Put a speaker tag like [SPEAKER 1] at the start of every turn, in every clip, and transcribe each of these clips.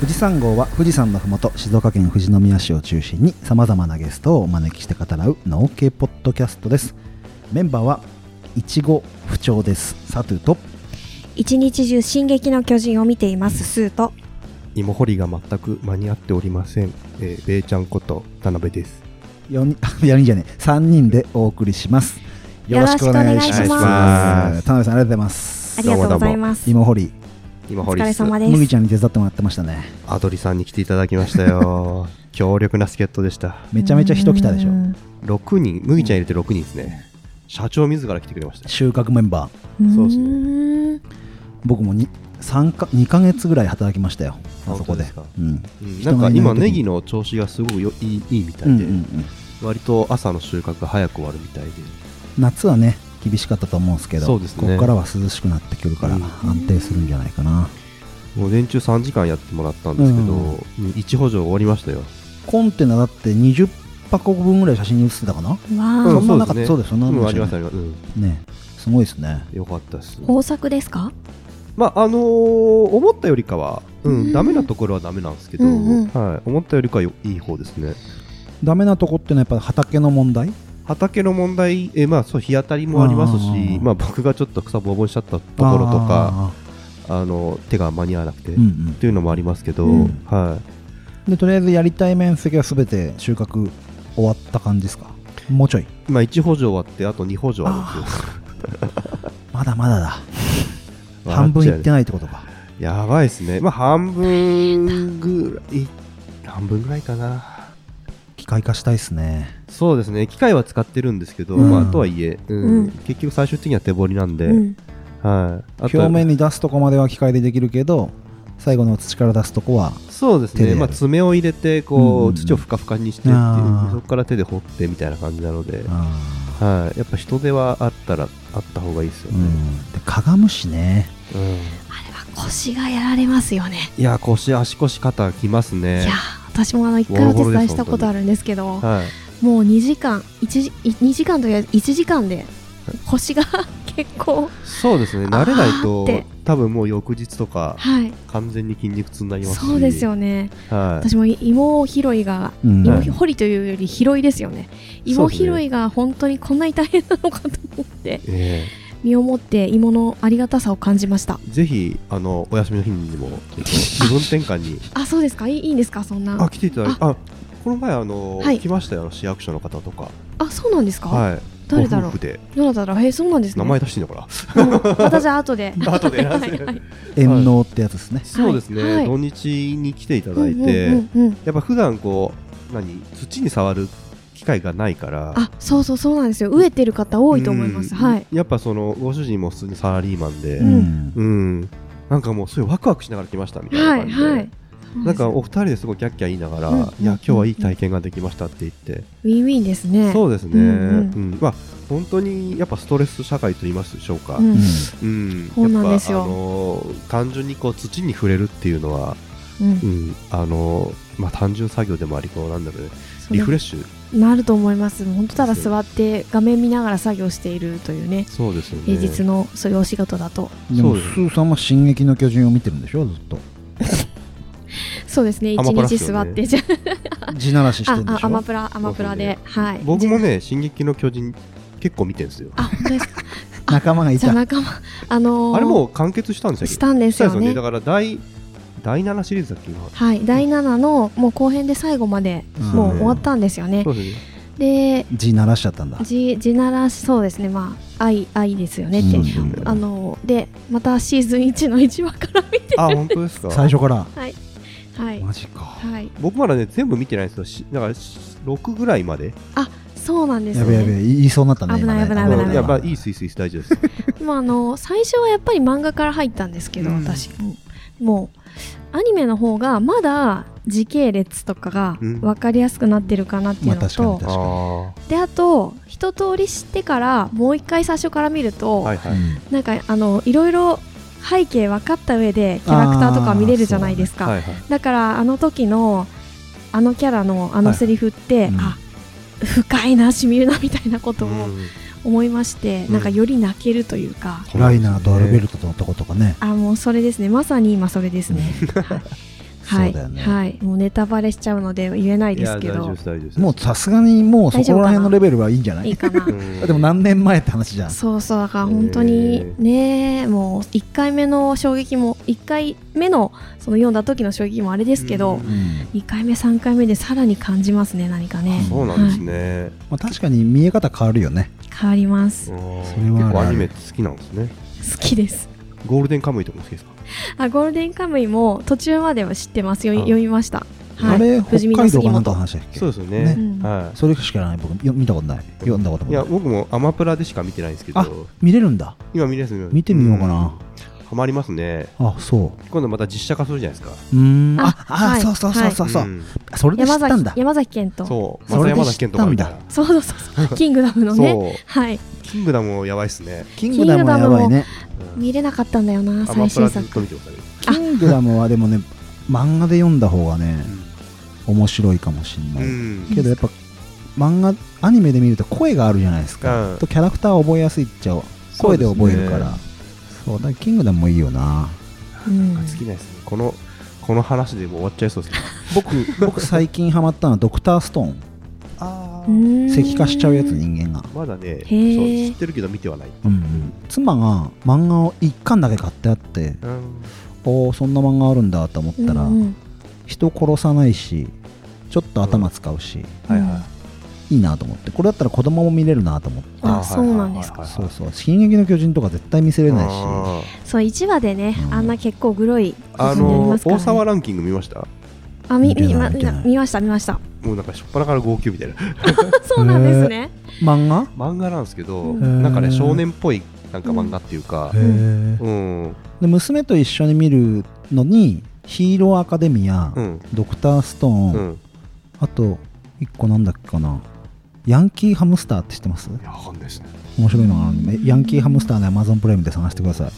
[SPEAKER 1] 富士山号は富士山のふもと静岡県富士宮市を中心にさまざまなゲストをお招きして語らう農系ポッドキャストですメンバーはいちご不調ですサトゥと
[SPEAKER 2] 一日中進撃の巨人を見ていますスーと
[SPEAKER 3] 芋掘りが全く間に合っておりません。えー、べーちゃんこと田辺です。
[SPEAKER 1] 4人4人じゃねえ3人でお送りします
[SPEAKER 2] よろしくお願いします
[SPEAKER 1] よろくお願いします田辺さんありがとうございます
[SPEAKER 2] ありがとうございます
[SPEAKER 1] 芋掘り
[SPEAKER 3] 今
[SPEAKER 2] お疲れ様で
[SPEAKER 1] 麦
[SPEAKER 2] す
[SPEAKER 1] ちゃんに手伝ってもらってましたね
[SPEAKER 3] アドリさんに来ていただきました よ。強力な助っ人でした。
[SPEAKER 1] めちゃめちゃ人来たでしょ
[SPEAKER 4] うん
[SPEAKER 3] 6人、麦ちゃん入れて6人ですね。社長自ら来てくれました。
[SPEAKER 1] 収穫メンバー
[SPEAKER 3] そうですね
[SPEAKER 2] ん
[SPEAKER 1] 僕もに三か2か月ぐらい働きましたよあそこで
[SPEAKER 3] 本当ですか
[SPEAKER 1] うん
[SPEAKER 3] うんな
[SPEAKER 1] 人
[SPEAKER 3] ん
[SPEAKER 1] が
[SPEAKER 3] か
[SPEAKER 1] いない時に
[SPEAKER 3] 今ネギの調子がすごくよいいいいみた
[SPEAKER 1] うん
[SPEAKER 3] いうで、
[SPEAKER 1] んうん
[SPEAKER 3] 割と朝の収穫が早く終わるみたいで、
[SPEAKER 1] 夏はね厳しかったと思うんですけど
[SPEAKER 3] そうですね
[SPEAKER 1] ここからは涼しくなってくるから
[SPEAKER 3] うん
[SPEAKER 1] 安定するんじゃないかな、
[SPEAKER 3] 午前中3時間やってもらったんですけど、
[SPEAKER 1] うん
[SPEAKER 3] うん一補助終わりましたよ。
[SPEAKER 1] コンテナだって20箱分ぐらい写真に写ってたかな
[SPEAKER 2] わ
[SPEAKER 1] う
[SPEAKER 2] あ
[SPEAKER 1] ん、そなかったそうですそんなの
[SPEAKER 3] ん
[SPEAKER 1] で
[SPEAKER 3] あ
[SPEAKER 1] す
[SPEAKER 3] り
[SPEAKER 1] よ
[SPEAKER 3] ま
[SPEAKER 1] ね
[SPEAKER 3] したありました。うん
[SPEAKER 1] ねすごいですね
[SPEAKER 3] よかったです。
[SPEAKER 2] 豊作ですか
[SPEAKER 3] まああのー思ったよりかは、うん
[SPEAKER 2] うん
[SPEAKER 3] ダメなところはダメなんですけど、
[SPEAKER 2] うんうん
[SPEAKER 3] はい、思ったよりかはよいい方ですね
[SPEAKER 1] ダメなとこってのはやっぱ畑の問題
[SPEAKER 3] 畑の問題、えまあ、そう日当たりもありますし
[SPEAKER 1] あー
[SPEAKER 3] まあ、僕がちょっと草ぼうぼうにしちゃったところとか
[SPEAKER 1] あ
[SPEAKER 3] あの手が間に合わなくて、
[SPEAKER 1] ーうんうん
[SPEAKER 3] というのもありますけど、
[SPEAKER 1] うん
[SPEAKER 3] はい、
[SPEAKER 1] でとりあえずやりたい面積は全て収穫終わった感じですかもうちょい
[SPEAKER 3] まあ、1補助終わってあと2補助あるんですよ
[SPEAKER 1] まだまだだ
[SPEAKER 3] 笑
[SPEAKER 1] 半
[SPEAKER 3] っ
[SPEAKER 1] 分
[SPEAKER 3] ちゃ
[SPEAKER 1] いっ
[SPEAKER 3] うね
[SPEAKER 1] てないってことか
[SPEAKER 3] やばいですね、まあ、半分ぐらい半分ぐらいかな
[SPEAKER 1] 機械化したいっすね
[SPEAKER 3] そうですね機械は使ってるんですけど、
[SPEAKER 1] うん
[SPEAKER 3] まあ、とはいえ、うん
[SPEAKER 2] うん
[SPEAKER 3] 結局最終的には手彫りなんで、
[SPEAKER 2] うん
[SPEAKER 3] はい、あと
[SPEAKER 1] 表
[SPEAKER 3] は
[SPEAKER 1] 面に出すとこまでは機械でできるけど最後の土から出すとこは
[SPEAKER 3] そうです
[SPEAKER 1] 手でや
[SPEAKER 3] ね、
[SPEAKER 1] る
[SPEAKER 3] まあ、爪を入れてこう、
[SPEAKER 1] うんうん
[SPEAKER 3] 土をふかふかにしてっていう
[SPEAKER 1] あー
[SPEAKER 3] そこから手で掘ってみたいな感じなので、
[SPEAKER 1] あ
[SPEAKER 3] はい、やっぱ人手はあったらあった方がいいですよ
[SPEAKER 1] ーう
[SPEAKER 3] ね、
[SPEAKER 1] んでかがむしね
[SPEAKER 3] うん
[SPEAKER 2] 腰がやられますよね
[SPEAKER 3] いや腰足腰肩きます
[SPEAKER 2] い
[SPEAKER 3] ね
[SPEAKER 2] や私もあの一回お手伝いしたことあるんですけど
[SPEAKER 3] はい、
[SPEAKER 2] もう2時間1 2時間というか1時間で腰が結構
[SPEAKER 3] そうですね慣れない
[SPEAKER 2] あー
[SPEAKER 3] と
[SPEAKER 2] って
[SPEAKER 3] 多分もう翌日とか
[SPEAKER 2] はい
[SPEAKER 3] 完全に筋肉痛になりますし
[SPEAKER 2] そうですよね
[SPEAKER 3] はい、
[SPEAKER 2] 私も芋拾いが
[SPEAKER 1] うん
[SPEAKER 2] 芋掘りというより拾いですよね
[SPEAKER 3] そう
[SPEAKER 2] 芋
[SPEAKER 3] ですね
[SPEAKER 2] 拾いが本当にこんなに大変なのかと思って
[SPEAKER 3] え
[SPEAKER 2] 身をもって芋のありがたさを感じました
[SPEAKER 3] えぜひあのお休みの日にもえっと気分転換に
[SPEAKER 2] あそうですかいいいいんですかそんな
[SPEAKER 3] あ来ていただいてあこの前あの、
[SPEAKER 2] はい
[SPEAKER 3] 来ましたよあの市役所の方とか
[SPEAKER 2] あそうなんですか、
[SPEAKER 3] はい
[SPEAKER 2] 誰だろ
[SPEAKER 3] ご夫
[SPEAKER 2] う
[SPEAKER 3] 婦で
[SPEAKER 2] どなただろうへえそうなんですね
[SPEAKER 3] 名前出していいのかな
[SPEAKER 2] うんまたじゃあ後 で
[SPEAKER 3] 後で
[SPEAKER 2] はいはい
[SPEAKER 1] 遠納ってやつですね
[SPEAKER 3] そうですね、
[SPEAKER 2] はい
[SPEAKER 3] 土日に来ていた
[SPEAKER 2] うん
[SPEAKER 3] だ
[SPEAKER 2] う
[SPEAKER 3] いて、
[SPEAKER 2] んうんうん
[SPEAKER 3] やっぱ普段こう何土に触る機会がないから
[SPEAKER 2] あそうそうそうなんですよ飢えてる方多いと思います
[SPEAKER 3] うん
[SPEAKER 2] はい
[SPEAKER 3] やっぱそのご主人も普通にサラリーマンで
[SPEAKER 1] う、ん
[SPEAKER 3] うんなんかもうそういうワクワクしながら来ましたみたいな
[SPEAKER 2] は
[SPEAKER 3] 感
[SPEAKER 2] い
[SPEAKER 3] じで、
[SPEAKER 2] はい
[SPEAKER 3] なんか
[SPEAKER 2] そう
[SPEAKER 3] お二人ですごいキャッキャ言いながら、
[SPEAKER 2] うん
[SPEAKER 3] いや今日はいい体験ができましたって言って、
[SPEAKER 2] ですウィンウィンですね
[SPEAKER 3] そうですね、う
[SPEAKER 2] うんん
[SPEAKER 3] まあ本当にやっぱストレス社会と言いますでしょうか、
[SPEAKER 2] うん
[SPEAKER 3] うん
[SPEAKER 2] そうなんですよ
[SPEAKER 3] やっぱあのー単純にこう土に触れるっていうのは、
[SPEAKER 2] うん
[SPEAKER 3] うんあのーまあ、単純作業でもありこうなんだろうね
[SPEAKER 2] そう
[SPEAKER 3] リフレッシュ
[SPEAKER 2] なると思います本当ただ座って画面見ながら作業しているというね
[SPEAKER 3] そうですよね
[SPEAKER 2] 平日のそういうお仕事だと
[SPEAKER 1] でも
[SPEAKER 3] そう
[SPEAKER 1] ス
[SPEAKER 3] です
[SPEAKER 1] ーさんは「進撃の巨人」を見てるんでしょずっと
[SPEAKER 2] そうですね一
[SPEAKER 3] アマプラっす
[SPEAKER 2] 日
[SPEAKER 3] よね
[SPEAKER 2] 座ってじゃ
[SPEAKER 1] 地ならししてるんで
[SPEAKER 2] あ
[SPEAKER 1] し
[SPEAKER 2] あアマ
[SPEAKER 1] ょ
[SPEAKER 2] プラアマプラではい
[SPEAKER 3] 僕もね「進撃の巨人」結構見てるんですよあ
[SPEAKER 2] あ本当ですか
[SPEAKER 1] 仲 間がい
[SPEAKER 2] じゃ
[SPEAKER 1] た
[SPEAKER 2] あ仲間あのー
[SPEAKER 3] れもう完結したんですよ
[SPEAKER 2] したんで
[SPEAKER 3] し
[SPEAKER 2] す
[SPEAKER 3] たん
[SPEAKER 2] よ
[SPEAKER 3] ですよ
[SPEAKER 2] ね
[SPEAKER 3] ねだから第第7シリーズだっけ今
[SPEAKER 2] はい、第7のもう後編で最後まで
[SPEAKER 1] うん
[SPEAKER 2] もう終わったんですよね。
[SPEAKER 3] そうですね
[SPEAKER 2] で
[SPEAKER 1] 地ならしちゃったんだ
[SPEAKER 2] じ地ならしそうですねまあ愛愛ですよねって、
[SPEAKER 1] うんうん
[SPEAKER 2] あのでまたシーズン1の1話から 見て
[SPEAKER 3] あ本当ですか
[SPEAKER 1] 最初から
[SPEAKER 2] はい、
[SPEAKER 1] マジか
[SPEAKER 2] はい、
[SPEAKER 3] 僕まだね全部見てないんですよしだからし6ぐらいまで
[SPEAKER 2] そうなんです
[SPEAKER 1] や
[SPEAKER 2] よ
[SPEAKER 1] べや
[SPEAKER 2] ね。
[SPEAKER 1] べ言いそうになったね
[SPEAKER 2] 危ない
[SPEAKER 1] 今ね
[SPEAKER 2] 危ない危ない
[SPEAKER 3] うんやっぱいいスイスイス大事です
[SPEAKER 2] まああの最初はやっぱり漫画から入ったんですけど、
[SPEAKER 1] うん
[SPEAKER 2] 私ももうアニメの方がまだ時系列とかが
[SPEAKER 3] うん
[SPEAKER 2] 分かりやすくなってるかなっていう
[SPEAKER 1] まあ
[SPEAKER 2] の
[SPEAKER 1] 確
[SPEAKER 2] と、
[SPEAKER 1] かに確
[SPEAKER 3] あ
[SPEAKER 1] かに
[SPEAKER 2] であと一通り知ってからもう一回最初から見ると、
[SPEAKER 3] ーはいは
[SPEAKER 1] う
[SPEAKER 3] い、
[SPEAKER 1] ん
[SPEAKER 2] なんかあのいろいろ背景分かった上でキャラクターとか見れるじゃないですか、
[SPEAKER 3] はいはい
[SPEAKER 2] だからあの時のあのキャラのあのセリフって、
[SPEAKER 1] はいうん
[SPEAKER 2] あ深いなしみるなみたいなことを
[SPEAKER 3] うん
[SPEAKER 2] 思いまして、
[SPEAKER 3] うん
[SPEAKER 2] なんかより泣けるというか、
[SPEAKER 1] ライナーとアルベルトのとことかね
[SPEAKER 2] あもうそれですねまさに今それですね、はいはい、
[SPEAKER 1] そうだよね
[SPEAKER 2] はい、もうネタバレしちゃうので言えない
[SPEAKER 3] い
[SPEAKER 2] で
[SPEAKER 3] や
[SPEAKER 2] すけ
[SPEAKER 3] 大丈夫
[SPEAKER 2] ど
[SPEAKER 3] で、す大丈夫です
[SPEAKER 1] もうさすがにもうそ
[SPEAKER 2] 大丈
[SPEAKER 1] こ
[SPEAKER 2] 夫
[SPEAKER 1] ら
[SPEAKER 2] かな
[SPEAKER 1] 辺のレベルはいいんじゃない
[SPEAKER 2] いいかな。
[SPEAKER 3] うん
[SPEAKER 1] でも何年前って話じゃん
[SPEAKER 2] そうそうだから本当に
[SPEAKER 3] えー
[SPEAKER 2] ねえもう1回目の衝撃も1回目のその読んだ時の衝撃もあれですけど、
[SPEAKER 3] うん
[SPEAKER 1] うん
[SPEAKER 2] 2回目3回目でさらに感じますね何かね
[SPEAKER 3] そうなんですね、
[SPEAKER 1] まあ、確かに見え方変わるよね
[SPEAKER 2] 変わります好
[SPEAKER 3] うん
[SPEAKER 1] それはある
[SPEAKER 3] 結構アニメって好きなんですね
[SPEAKER 2] きです
[SPEAKER 3] ゴールデンカムイとかも好きですか
[SPEAKER 2] あゴールデンカムイも途中までは知ってますよ
[SPEAKER 3] あ
[SPEAKER 2] 読みました、はい、
[SPEAKER 1] あれ
[SPEAKER 2] 不
[SPEAKER 1] 北
[SPEAKER 2] 死身の
[SPEAKER 1] 海道
[SPEAKER 2] 杉
[SPEAKER 1] かなんか
[SPEAKER 2] 本
[SPEAKER 1] の話だっけ
[SPEAKER 3] そうですよね
[SPEAKER 2] ね
[SPEAKER 3] は
[SPEAKER 1] それしかない僕よ見たことない読んだこと
[SPEAKER 3] い
[SPEAKER 1] も
[SPEAKER 3] い
[SPEAKER 1] な
[SPEAKER 3] や
[SPEAKER 1] い
[SPEAKER 3] 僕もアマプラでしか見てないんですけ
[SPEAKER 1] あ
[SPEAKER 3] ど
[SPEAKER 1] 見れるんだ
[SPEAKER 3] 今見れます見れます
[SPEAKER 1] 見てみようかな、
[SPEAKER 3] うんハマりますね
[SPEAKER 1] あそう
[SPEAKER 3] 今度また実写化するじゃないですか
[SPEAKER 1] うーんあ
[SPEAKER 2] あ
[SPEAKER 1] あ、
[SPEAKER 2] はい
[SPEAKER 1] そうそうそうそうそう、
[SPEAKER 3] ん
[SPEAKER 1] それで知っ
[SPEAKER 2] 山
[SPEAKER 1] たんだ
[SPEAKER 2] 崎山崎賢人そう
[SPEAKER 3] そう
[SPEAKER 1] そ
[SPEAKER 3] また
[SPEAKER 1] れで
[SPEAKER 3] 山崎賢人がいた
[SPEAKER 1] 知っ
[SPEAKER 2] そうそ うそうキングダムのね
[SPEAKER 3] そう
[SPEAKER 2] はい
[SPEAKER 3] キングダムもやばいっすね
[SPEAKER 1] キングダムはやばいね
[SPEAKER 3] うん
[SPEAKER 2] 見れなかったんだよな
[SPEAKER 3] ア
[SPEAKER 2] 最
[SPEAKER 3] マプ
[SPEAKER 2] 新
[SPEAKER 3] ラずっと
[SPEAKER 2] 作
[SPEAKER 3] 見てくださ
[SPEAKER 2] ラ
[SPEAKER 3] い
[SPEAKER 1] キングダムはでもね漫画で読んだ方がね面白いかもしん
[SPEAKER 3] う
[SPEAKER 1] ない、
[SPEAKER 3] ん
[SPEAKER 1] けどやっぱ漫画アニメで見ると声があるじゃないですか、
[SPEAKER 3] うん
[SPEAKER 1] とキャラクターを覚えやすいっちゃ声で覚えるからそう,、だからキングダムもいいよな
[SPEAKER 2] うん
[SPEAKER 3] 好きないですねこのこの話でもう終わっちゃいそうです
[SPEAKER 1] 僕僕最近ハマったのはドクターストーン
[SPEAKER 3] あ
[SPEAKER 2] うん
[SPEAKER 1] 石化しちゃうやつ人間が、
[SPEAKER 3] まだねそう
[SPEAKER 2] ー
[SPEAKER 3] 知ってるけど見てはない
[SPEAKER 1] うんうん、妻が漫画を1巻だけ買ってあって
[SPEAKER 3] うん
[SPEAKER 1] おおそんな漫画あるんだと思ったら、
[SPEAKER 2] うんうん
[SPEAKER 1] 人殺さないしちょっと頭使うし、
[SPEAKER 3] はいはい
[SPEAKER 1] いいなと思ってこれだったら子供も見れるなと思って
[SPEAKER 2] あそうなんです
[SPEAKER 3] か
[SPEAKER 1] そうそう「進撃の巨人」とか絶対見せれないし
[SPEAKER 2] そう1話でね、
[SPEAKER 1] うん
[SPEAKER 2] あんな結構グロい
[SPEAKER 3] あ
[SPEAKER 2] 部分になり
[SPEAKER 3] の
[SPEAKER 2] ますから、
[SPEAKER 3] 大
[SPEAKER 2] ね、
[SPEAKER 3] 沢ランキング見ました
[SPEAKER 2] あみ
[SPEAKER 1] 見て
[SPEAKER 2] 見
[SPEAKER 1] な
[SPEAKER 2] ま
[SPEAKER 1] い見てない
[SPEAKER 2] 見ました見ました
[SPEAKER 3] もうなんかしょっぱなから号泣みたいな
[SPEAKER 2] そうなんですね、
[SPEAKER 1] 漫画
[SPEAKER 3] 漫画なんですけど
[SPEAKER 2] うん
[SPEAKER 3] なんかね少年っぽいなんか漫画っていうか
[SPEAKER 1] へえ
[SPEAKER 3] うん
[SPEAKER 1] で娘と一緒に見るのに「ヒーローアカデミア」
[SPEAKER 3] うん
[SPEAKER 1] ドクターストーン」
[SPEAKER 3] うん
[SPEAKER 1] あと1個なんだっけかなヤンキーハムスターって知ってます
[SPEAKER 3] いやわかんないですね
[SPEAKER 1] 面白いのがあるんでヤンキーハムスターで Amazon プライムで探してください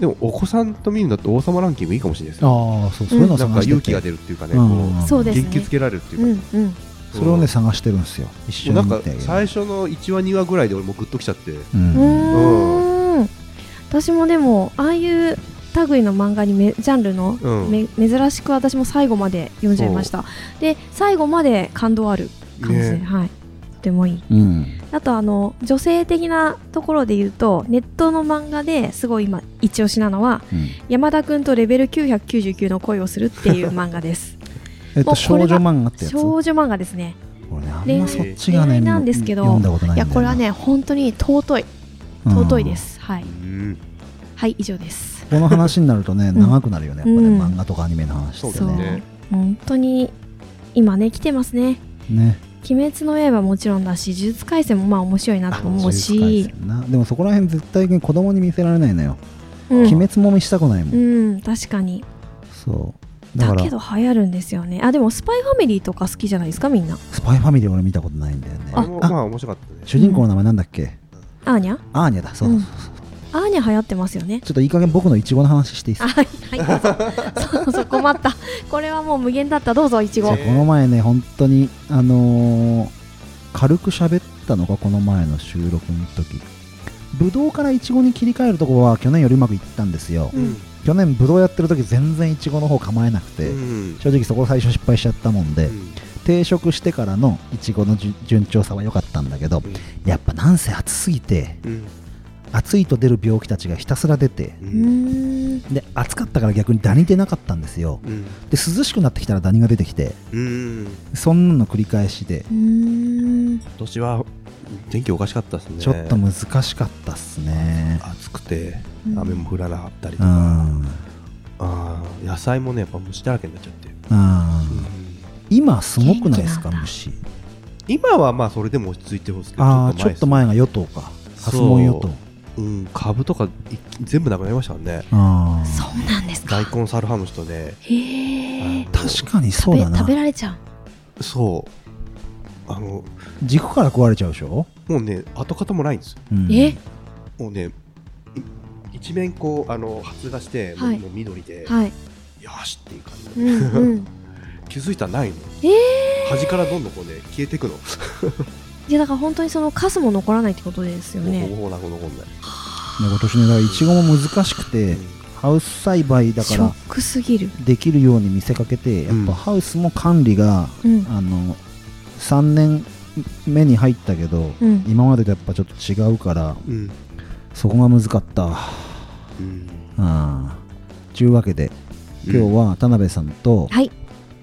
[SPEAKER 3] でもお子さんと見るんだと王様ランキングいいかもしれないですね
[SPEAKER 1] ああそうそういうのを
[SPEAKER 3] なん
[SPEAKER 1] 探
[SPEAKER 3] か
[SPEAKER 1] してて、
[SPEAKER 3] 勇気が出るっていうかね
[SPEAKER 1] う
[SPEAKER 3] こ
[SPEAKER 1] ん
[SPEAKER 3] う
[SPEAKER 2] そうですね
[SPEAKER 3] 元気づけられるっていううんか
[SPEAKER 2] うん
[SPEAKER 1] それをね探してるんですよ一緒
[SPEAKER 3] もう
[SPEAKER 1] に
[SPEAKER 3] な
[SPEAKER 1] 見
[SPEAKER 3] んか
[SPEAKER 1] てあげる
[SPEAKER 3] 最初の1話2話ぐらいで俺もうグッときちゃって
[SPEAKER 1] うん
[SPEAKER 2] うーん私もでもああいう類の漫画にめジャンルの、
[SPEAKER 3] うん
[SPEAKER 2] め珍しく私も最後まで読んじゃいましたで最後まで感動ある感じで、
[SPEAKER 3] ね
[SPEAKER 2] はいとてもいい
[SPEAKER 1] うん
[SPEAKER 2] あとあの女性的なところで言うとネットの漫画ですごい今一押しなのは
[SPEAKER 1] うん
[SPEAKER 2] 山田君とレベル999の恋をするっていう漫画です
[SPEAKER 1] えっと
[SPEAKER 2] もうこ
[SPEAKER 1] 少
[SPEAKER 2] れ
[SPEAKER 1] 女
[SPEAKER 2] が
[SPEAKER 1] 漫画ってやつ
[SPEAKER 2] 少女漫画ですね
[SPEAKER 1] 俺ねあん
[SPEAKER 2] 恋
[SPEAKER 1] ま
[SPEAKER 2] 愛
[SPEAKER 1] そっちがね
[SPEAKER 2] 恋愛なんですけど
[SPEAKER 1] 読んだことないん
[SPEAKER 2] い
[SPEAKER 1] だよ
[SPEAKER 2] や
[SPEAKER 1] な
[SPEAKER 2] これはね本当に尊い
[SPEAKER 1] うん
[SPEAKER 2] 尊いです、はい
[SPEAKER 3] うん
[SPEAKER 2] はい以上です
[SPEAKER 1] この話になるとね
[SPEAKER 2] ん
[SPEAKER 1] 長くなるよねやっぱね
[SPEAKER 2] うん
[SPEAKER 1] 漫画とかアニメの話って
[SPEAKER 3] そう
[SPEAKER 1] ね
[SPEAKER 3] だね
[SPEAKER 2] 本当に今ね来てますね
[SPEAKER 1] ね
[SPEAKER 2] 「鬼滅の刃」もちろんだし「呪術廻戦」もまあ面白いなと思う
[SPEAKER 1] 呪術
[SPEAKER 2] し
[SPEAKER 1] 廻、戦なでもそこら辺絶対に子供に見せられないのよ
[SPEAKER 2] うん
[SPEAKER 1] 鬼滅も見したくないもん
[SPEAKER 2] うん、確かに
[SPEAKER 1] そうだ
[SPEAKER 2] だ
[SPEAKER 1] から
[SPEAKER 2] けど流行るんですよねあでも「スパイファミリー」とか好きじゃないですかみんな
[SPEAKER 1] スパイファミリー俺見たことないんだよね
[SPEAKER 3] あれもまあ面白かったね
[SPEAKER 1] 主人公の名前なんだっけ
[SPEAKER 2] アーニャ
[SPEAKER 1] アーニャだそう
[SPEAKER 2] う
[SPEAKER 1] だ
[SPEAKER 2] んアーニャ流行ってますよね
[SPEAKER 1] ちょっといい加減僕のイチゴの話していいです
[SPEAKER 2] あ
[SPEAKER 1] か
[SPEAKER 2] はいはいそうそうそう困ったこれはもう無限だったどうぞいち
[SPEAKER 1] じゃ
[SPEAKER 2] ご
[SPEAKER 1] あこの前ね本当にあのー軽く喋ったのがこの前の収録の時ブドウからイチゴに切り替えるとこは去年よりうまくいったんですよ、
[SPEAKER 2] うん
[SPEAKER 1] 去年ブドウやってる時全然イチゴの方構えなくて、
[SPEAKER 3] うん
[SPEAKER 1] 正直そこ最初失敗しちゃったもんで、
[SPEAKER 3] うん
[SPEAKER 1] 定食してからのイチゴの順順調さは良かったんだけど
[SPEAKER 3] うん
[SPEAKER 1] やっぱなんせ暑すぎて
[SPEAKER 3] うん
[SPEAKER 1] 暑いと出る病気たちがひたすら出て
[SPEAKER 2] うーん
[SPEAKER 1] で暑かったから逆にダニ出なかったんですよ
[SPEAKER 3] うん
[SPEAKER 1] で涼しくなってきたらダニが出てきて
[SPEAKER 3] うん
[SPEAKER 1] そんなの繰り返しで
[SPEAKER 2] うーん
[SPEAKER 3] 今年は天気おかしかったですね
[SPEAKER 1] ちょっと難しかったっすね
[SPEAKER 3] 暑くて
[SPEAKER 2] うん
[SPEAKER 3] 雨も降らなかったりと
[SPEAKER 1] う
[SPEAKER 3] か、
[SPEAKER 1] ん
[SPEAKER 3] あー野菜もねやっぱ虫だらけになっちゃって、
[SPEAKER 1] うん今すごくないですか
[SPEAKER 2] 元気なんだ
[SPEAKER 1] 虫
[SPEAKER 3] 今はまあそれでも落ち着いてますけど
[SPEAKER 1] ああちょっと前が与党か発問与党
[SPEAKER 3] そう前うん株とか一気に全部なくなりましたね
[SPEAKER 1] あー
[SPEAKER 2] そうなんですか
[SPEAKER 3] 大根サルハムシとね
[SPEAKER 2] へえ
[SPEAKER 1] 確かにそう
[SPEAKER 2] 食べ
[SPEAKER 1] だな
[SPEAKER 2] 食べられちゃう
[SPEAKER 3] そうあの
[SPEAKER 1] 軸から食われちゃうでしょ、
[SPEAKER 3] もうね跡形もないんですよ
[SPEAKER 1] うん
[SPEAKER 2] え
[SPEAKER 3] もうねい一面こうあの発芽して、もう
[SPEAKER 2] はい
[SPEAKER 3] もう緑で、
[SPEAKER 2] はい
[SPEAKER 3] よしっていう感じ、
[SPEAKER 2] うんうん
[SPEAKER 3] 気づいたらないの、端からどんどんこうね消えていくの
[SPEAKER 2] いやだから本当にそのカスも残らないってことですよ
[SPEAKER 3] もう
[SPEAKER 2] ね。
[SPEAKER 3] ほぼほぼなく残んない
[SPEAKER 1] ね今年ねだからいちごも難しくて
[SPEAKER 3] うん
[SPEAKER 1] ハウス栽培だか
[SPEAKER 2] ショ
[SPEAKER 1] ら
[SPEAKER 2] ックすぎる
[SPEAKER 1] できるように見せかけてやっ
[SPEAKER 3] うん
[SPEAKER 1] ぱハウスも管理が、
[SPEAKER 2] うん
[SPEAKER 1] あの3年目に入ったけど、
[SPEAKER 2] うん
[SPEAKER 1] 今までとやっぱちょっと違うから
[SPEAKER 3] うん。
[SPEAKER 1] そこが難かった
[SPEAKER 3] うん。
[SPEAKER 1] あーちゅうわけで今日
[SPEAKER 3] は、
[SPEAKER 1] は田辺さんと、
[SPEAKER 2] はい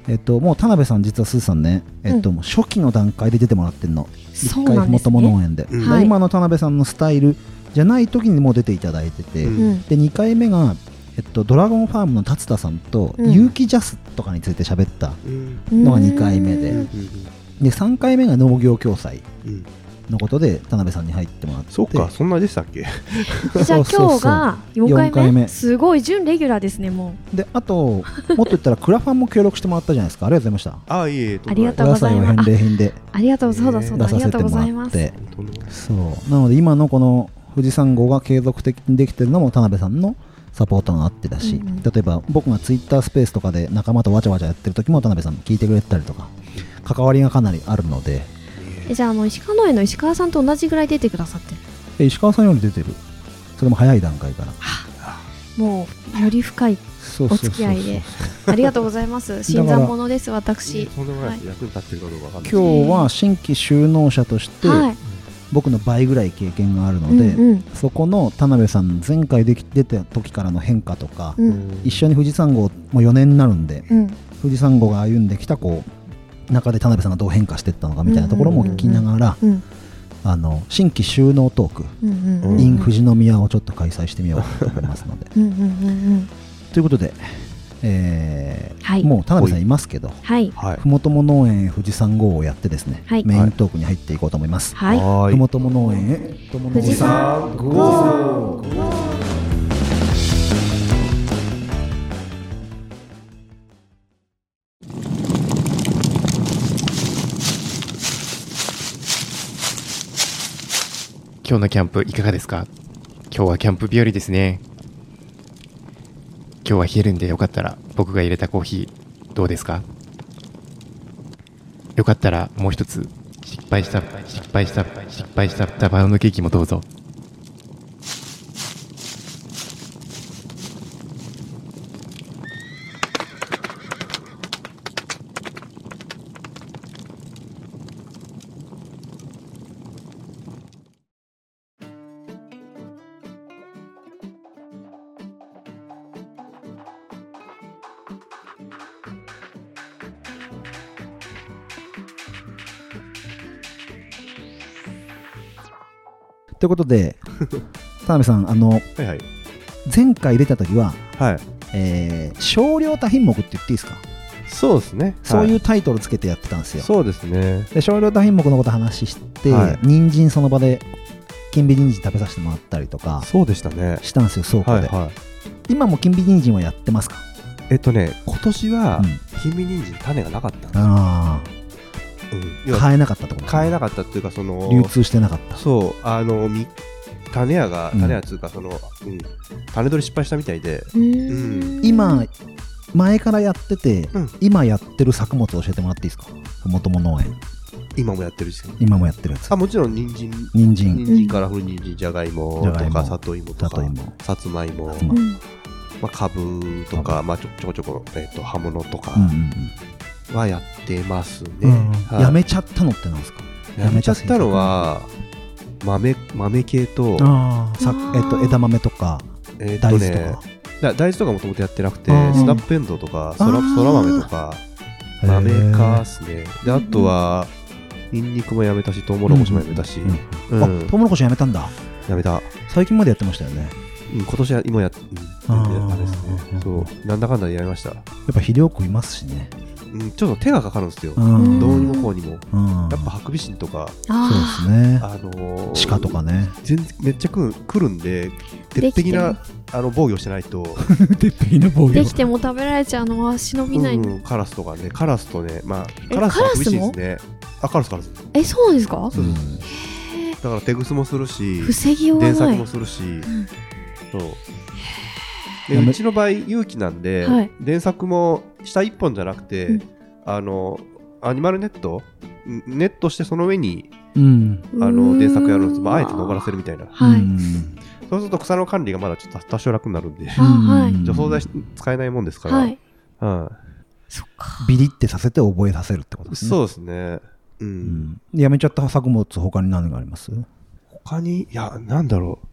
[SPEAKER 1] えっと、もう田辺さん実はすーさんね、えっともう初期の段階で出てもらってんの
[SPEAKER 2] そ
[SPEAKER 1] 一
[SPEAKER 2] う
[SPEAKER 1] 回
[SPEAKER 2] な
[SPEAKER 1] ふ
[SPEAKER 2] ん
[SPEAKER 1] も
[SPEAKER 2] です
[SPEAKER 1] とも
[SPEAKER 2] ね
[SPEAKER 1] 農園で、
[SPEAKER 3] うん
[SPEAKER 1] だから
[SPEAKER 2] はい
[SPEAKER 1] 今の田辺さんのスタイルじゃない時にもう出ていただいてて、
[SPEAKER 3] うん
[SPEAKER 2] うん
[SPEAKER 1] で2回目が、えっと、ドラゴンファームの達田さんと、
[SPEAKER 2] うん
[SPEAKER 1] 有機ジャスとかについて喋った
[SPEAKER 3] うん。
[SPEAKER 1] のが二回目で
[SPEAKER 2] うん
[SPEAKER 1] で3回目が農業共済
[SPEAKER 3] うん。
[SPEAKER 1] のことで田辺さんに入ってもらって
[SPEAKER 3] そっか、そんなでしたっけ
[SPEAKER 2] じ ゃあ今日が4回目
[SPEAKER 1] 四回目
[SPEAKER 2] すごい準レギュラーですねも
[SPEAKER 1] であともっと言ったらクラファンも協力してもらったじゃないですかありがとうございました
[SPEAKER 3] ああ、いえいえ、
[SPEAKER 2] ありがと
[SPEAKER 1] お
[SPEAKER 2] う
[SPEAKER 1] 野
[SPEAKER 2] ござい
[SPEAKER 1] 菜を
[SPEAKER 2] ます
[SPEAKER 1] 返礼品で
[SPEAKER 2] うありがとうそうだそうだ
[SPEAKER 1] 出
[SPEAKER 2] あり
[SPEAKER 1] させ
[SPEAKER 2] が
[SPEAKER 1] て
[SPEAKER 2] とうご
[SPEAKER 1] も
[SPEAKER 2] ざい
[SPEAKER 1] ら
[SPEAKER 2] ま
[SPEAKER 1] っ
[SPEAKER 2] す
[SPEAKER 1] て
[SPEAKER 3] 本当の
[SPEAKER 1] そうなので今のこの富士山号が継続的にできてるのも田辺さんのサポートがあってだし、
[SPEAKER 2] うんうん
[SPEAKER 1] 例えば僕がツイッタースペースとかで仲間とわちゃわちゃやってる時も田辺さんも聞いてくれてたりとか関わりがかなりあるので
[SPEAKER 2] えじゃああの石川農園の石川さんと同じぐらい出てくださってる
[SPEAKER 1] え石川さんより出てるそれも早い段階から
[SPEAKER 2] もうより深い
[SPEAKER 1] そう
[SPEAKER 2] お
[SPEAKER 1] そうそうそう
[SPEAKER 2] 付き合いでありがとうございま す新参者です私
[SPEAKER 3] とんでもないです。役に立ってるかどうかわかんない。
[SPEAKER 1] 今日は新規収納者として
[SPEAKER 2] はい
[SPEAKER 1] 僕の倍ぐらい経験があるの
[SPEAKER 2] うん
[SPEAKER 1] で、
[SPEAKER 2] うん
[SPEAKER 1] そこの田辺さんの前回でき出た時からの変化とか、
[SPEAKER 2] うん
[SPEAKER 1] 一緒に富士山号も4年になるんで、
[SPEAKER 2] うん
[SPEAKER 1] 富士山号が歩んできたこう中で田辺さんがどう変化していったのかみたいなところも聞きながら
[SPEAKER 2] うん
[SPEAKER 1] あの新規収納トーク
[SPEAKER 2] うんうん
[SPEAKER 1] in 富士宮をちょっと開催してみようと思いますの で
[SPEAKER 2] うんうんうんうん
[SPEAKER 1] ということで、えー
[SPEAKER 2] はい
[SPEAKER 1] もう田辺さんいますけど
[SPEAKER 2] はい
[SPEAKER 3] はい。
[SPEAKER 1] ふもとも農園へ富士山号をやってですね、
[SPEAKER 2] はい
[SPEAKER 1] メイントークに入っていこうと思います、
[SPEAKER 2] はい
[SPEAKER 3] は
[SPEAKER 1] ふもとも農園へ
[SPEAKER 2] 富士山
[SPEAKER 1] 号
[SPEAKER 4] 今日のキャンプいかがですか今日はキャンプ日和ですね今日は冷えるんでよかったら僕が入れたコーヒーどうですかよかったらもう一つ失敗した失敗した失敗したダバウンドケーキもどうぞ
[SPEAKER 1] ということ で田辺さんあの
[SPEAKER 3] いはい。
[SPEAKER 1] 前回出た時は、
[SPEAKER 3] はい。
[SPEAKER 1] えー少量多品目って言っていいですか
[SPEAKER 3] そうですね。
[SPEAKER 1] そういううタイトルつけてやってたんですよ。
[SPEAKER 3] そうですね。
[SPEAKER 1] で少量多品目のこと話して、
[SPEAKER 3] はい
[SPEAKER 1] 人参その場で金美人参食べさせてもらったりとか
[SPEAKER 3] そうでしたね。
[SPEAKER 1] したんですよ倉庫
[SPEAKER 3] はい
[SPEAKER 1] で、
[SPEAKER 3] は
[SPEAKER 1] 今も金美人参はやってますか、
[SPEAKER 3] い。えっとね、今年は
[SPEAKER 1] うん、
[SPEAKER 3] 金美人参種がなかったんですよ
[SPEAKER 1] あ
[SPEAKER 3] うん
[SPEAKER 1] あ
[SPEAKER 3] 要は
[SPEAKER 1] 買えなかったってこと
[SPEAKER 3] 買えな
[SPEAKER 1] か
[SPEAKER 3] かったっていうか、その、
[SPEAKER 1] 流通してなかった
[SPEAKER 3] そう、あの、み種屋が、
[SPEAKER 1] うん
[SPEAKER 3] 種屋っていうか、その、うん、種取り失敗したみたいで、
[SPEAKER 2] う
[SPEAKER 3] うん
[SPEAKER 1] 今前からやってて、
[SPEAKER 3] うん
[SPEAKER 1] 今やってる作物を教えてもらっていいですかふもとも農園
[SPEAKER 3] 今もやってるし、
[SPEAKER 1] 今もやってるやつ
[SPEAKER 3] あ、もちろん人参、
[SPEAKER 1] 人参
[SPEAKER 3] 人参からふる人参、じゃがい
[SPEAKER 1] じ
[SPEAKER 3] も
[SPEAKER 1] ゃがい
[SPEAKER 3] と
[SPEAKER 1] も
[SPEAKER 3] か、里芋と
[SPEAKER 1] 里
[SPEAKER 3] か、
[SPEAKER 1] 芋
[SPEAKER 3] さつまいも
[SPEAKER 1] さ、つま
[SPEAKER 2] う
[SPEAKER 1] い
[SPEAKER 2] ん
[SPEAKER 3] まあ、かぶとか、まあ、ちょちょこちょこ、えっと、葉物と
[SPEAKER 1] うんうん
[SPEAKER 3] かはやってますね。
[SPEAKER 1] うん
[SPEAKER 3] はい
[SPEAKER 1] やめちゃったのってなんですか
[SPEAKER 3] やめちゃったのは、豆、豆系と、
[SPEAKER 1] あーさ
[SPEAKER 2] あー
[SPEAKER 1] えっと枝豆とか
[SPEAKER 3] えっと
[SPEAKER 1] 大豆とか
[SPEAKER 3] ね、、だ大豆とかもともとやってなくて、
[SPEAKER 1] うん
[SPEAKER 3] スナップエンドウとか、そ
[SPEAKER 1] あ
[SPEAKER 3] ら
[SPEAKER 1] ー
[SPEAKER 3] そら豆とか、
[SPEAKER 1] へー
[SPEAKER 3] 豆かっすね。で、あとは、ニンニクもやめたし、トウモロコシもやめたし、
[SPEAKER 1] うん
[SPEAKER 3] うん
[SPEAKER 1] あトウモロコシやめたんだ
[SPEAKER 3] やめた。うん
[SPEAKER 1] 最近までやってましたよね
[SPEAKER 3] 今年は今やっ、うん、
[SPEAKER 1] あー
[SPEAKER 3] やったですね。そう、なんだかんだでやめました。
[SPEAKER 1] やっぱ肥料食いますしね。
[SPEAKER 3] うん、ちょっと手がかかるんですよ。
[SPEAKER 2] ん
[SPEAKER 3] どうに
[SPEAKER 1] ん
[SPEAKER 3] もこうにも。
[SPEAKER 1] うん
[SPEAKER 3] やっぱハクビシンとか、
[SPEAKER 2] あ
[SPEAKER 1] そうですね。
[SPEAKER 3] あのー
[SPEAKER 1] 鹿とかね。
[SPEAKER 3] 全然めっちゃ来る来るんで、鉄壁なあの防御してないと、
[SPEAKER 1] 鉄壁の防
[SPEAKER 2] あできても食べられちゃうのは忍びない
[SPEAKER 3] うん、カラスとかね、カラスとね、まあ、
[SPEAKER 2] え
[SPEAKER 3] カラス
[SPEAKER 2] カ
[SPEAKER 3] は
[SPEAKER 2] ラス
[SPEAKER 3] 厳
[SPEAKER 2] も
[SPEAKER 3] しいですね。あ、カラスカラス。
[SPEAKER 2] えそうなんですか
[SPEAKER 3] そうだから手ぐすもするし、
[SPEAKER 2] 防ぎようが
[SPEAKER 3] 電
[SPEAKER 2] な
[SPEAKER 3] 作
[SPEAKER 2] い
[SPEAKER 3] もするし、
[SPEAKER 2] ん
[SPEAKER 3] そう。
[SPEAKER 1] や
[SPEAKER 3] で
[SPEAKER 1] め
[SPEAKER 3] うちの場合、勇気なんで、
[SPEAKER 2] はい
[SPEAKER 3] 電作も下一本じゃなくて、
[SPEAKER 2] うん
[SPEAKER 3] あの、アニマルネットネットしてその上に
[SPEAKER 1] うん
[SPEAKER 3] あの電作やるんですまああえて
[SPEAKER 2] 登
[SPEAKER 3] 登らせるみたいな
[SPEAKER 2] はい。
[SPEAKER 1] うん
[SPEAKER 3] そうすると草の管理がまだちょっと多少楽になるんで
[SPEAKER 2] あはい
[SPEAKER 1] うん
[SPEAKER 3] 除草剤し使えないもんですから、
[SPEAKER 2] はい。
[SPEAKER 3] うん
[SPEAKER 2] そっか。
[SPEAKER 1] ビリってさせて覚えさせるってことですね
[SPEAKER 3] そうですねう
[SPEAKER 1] う
[SPEAKER 3] ん、
[SPEAKER 1] んでやめちゃった作物他に何があります
[SPEAKER 3] 他にいやなんだろう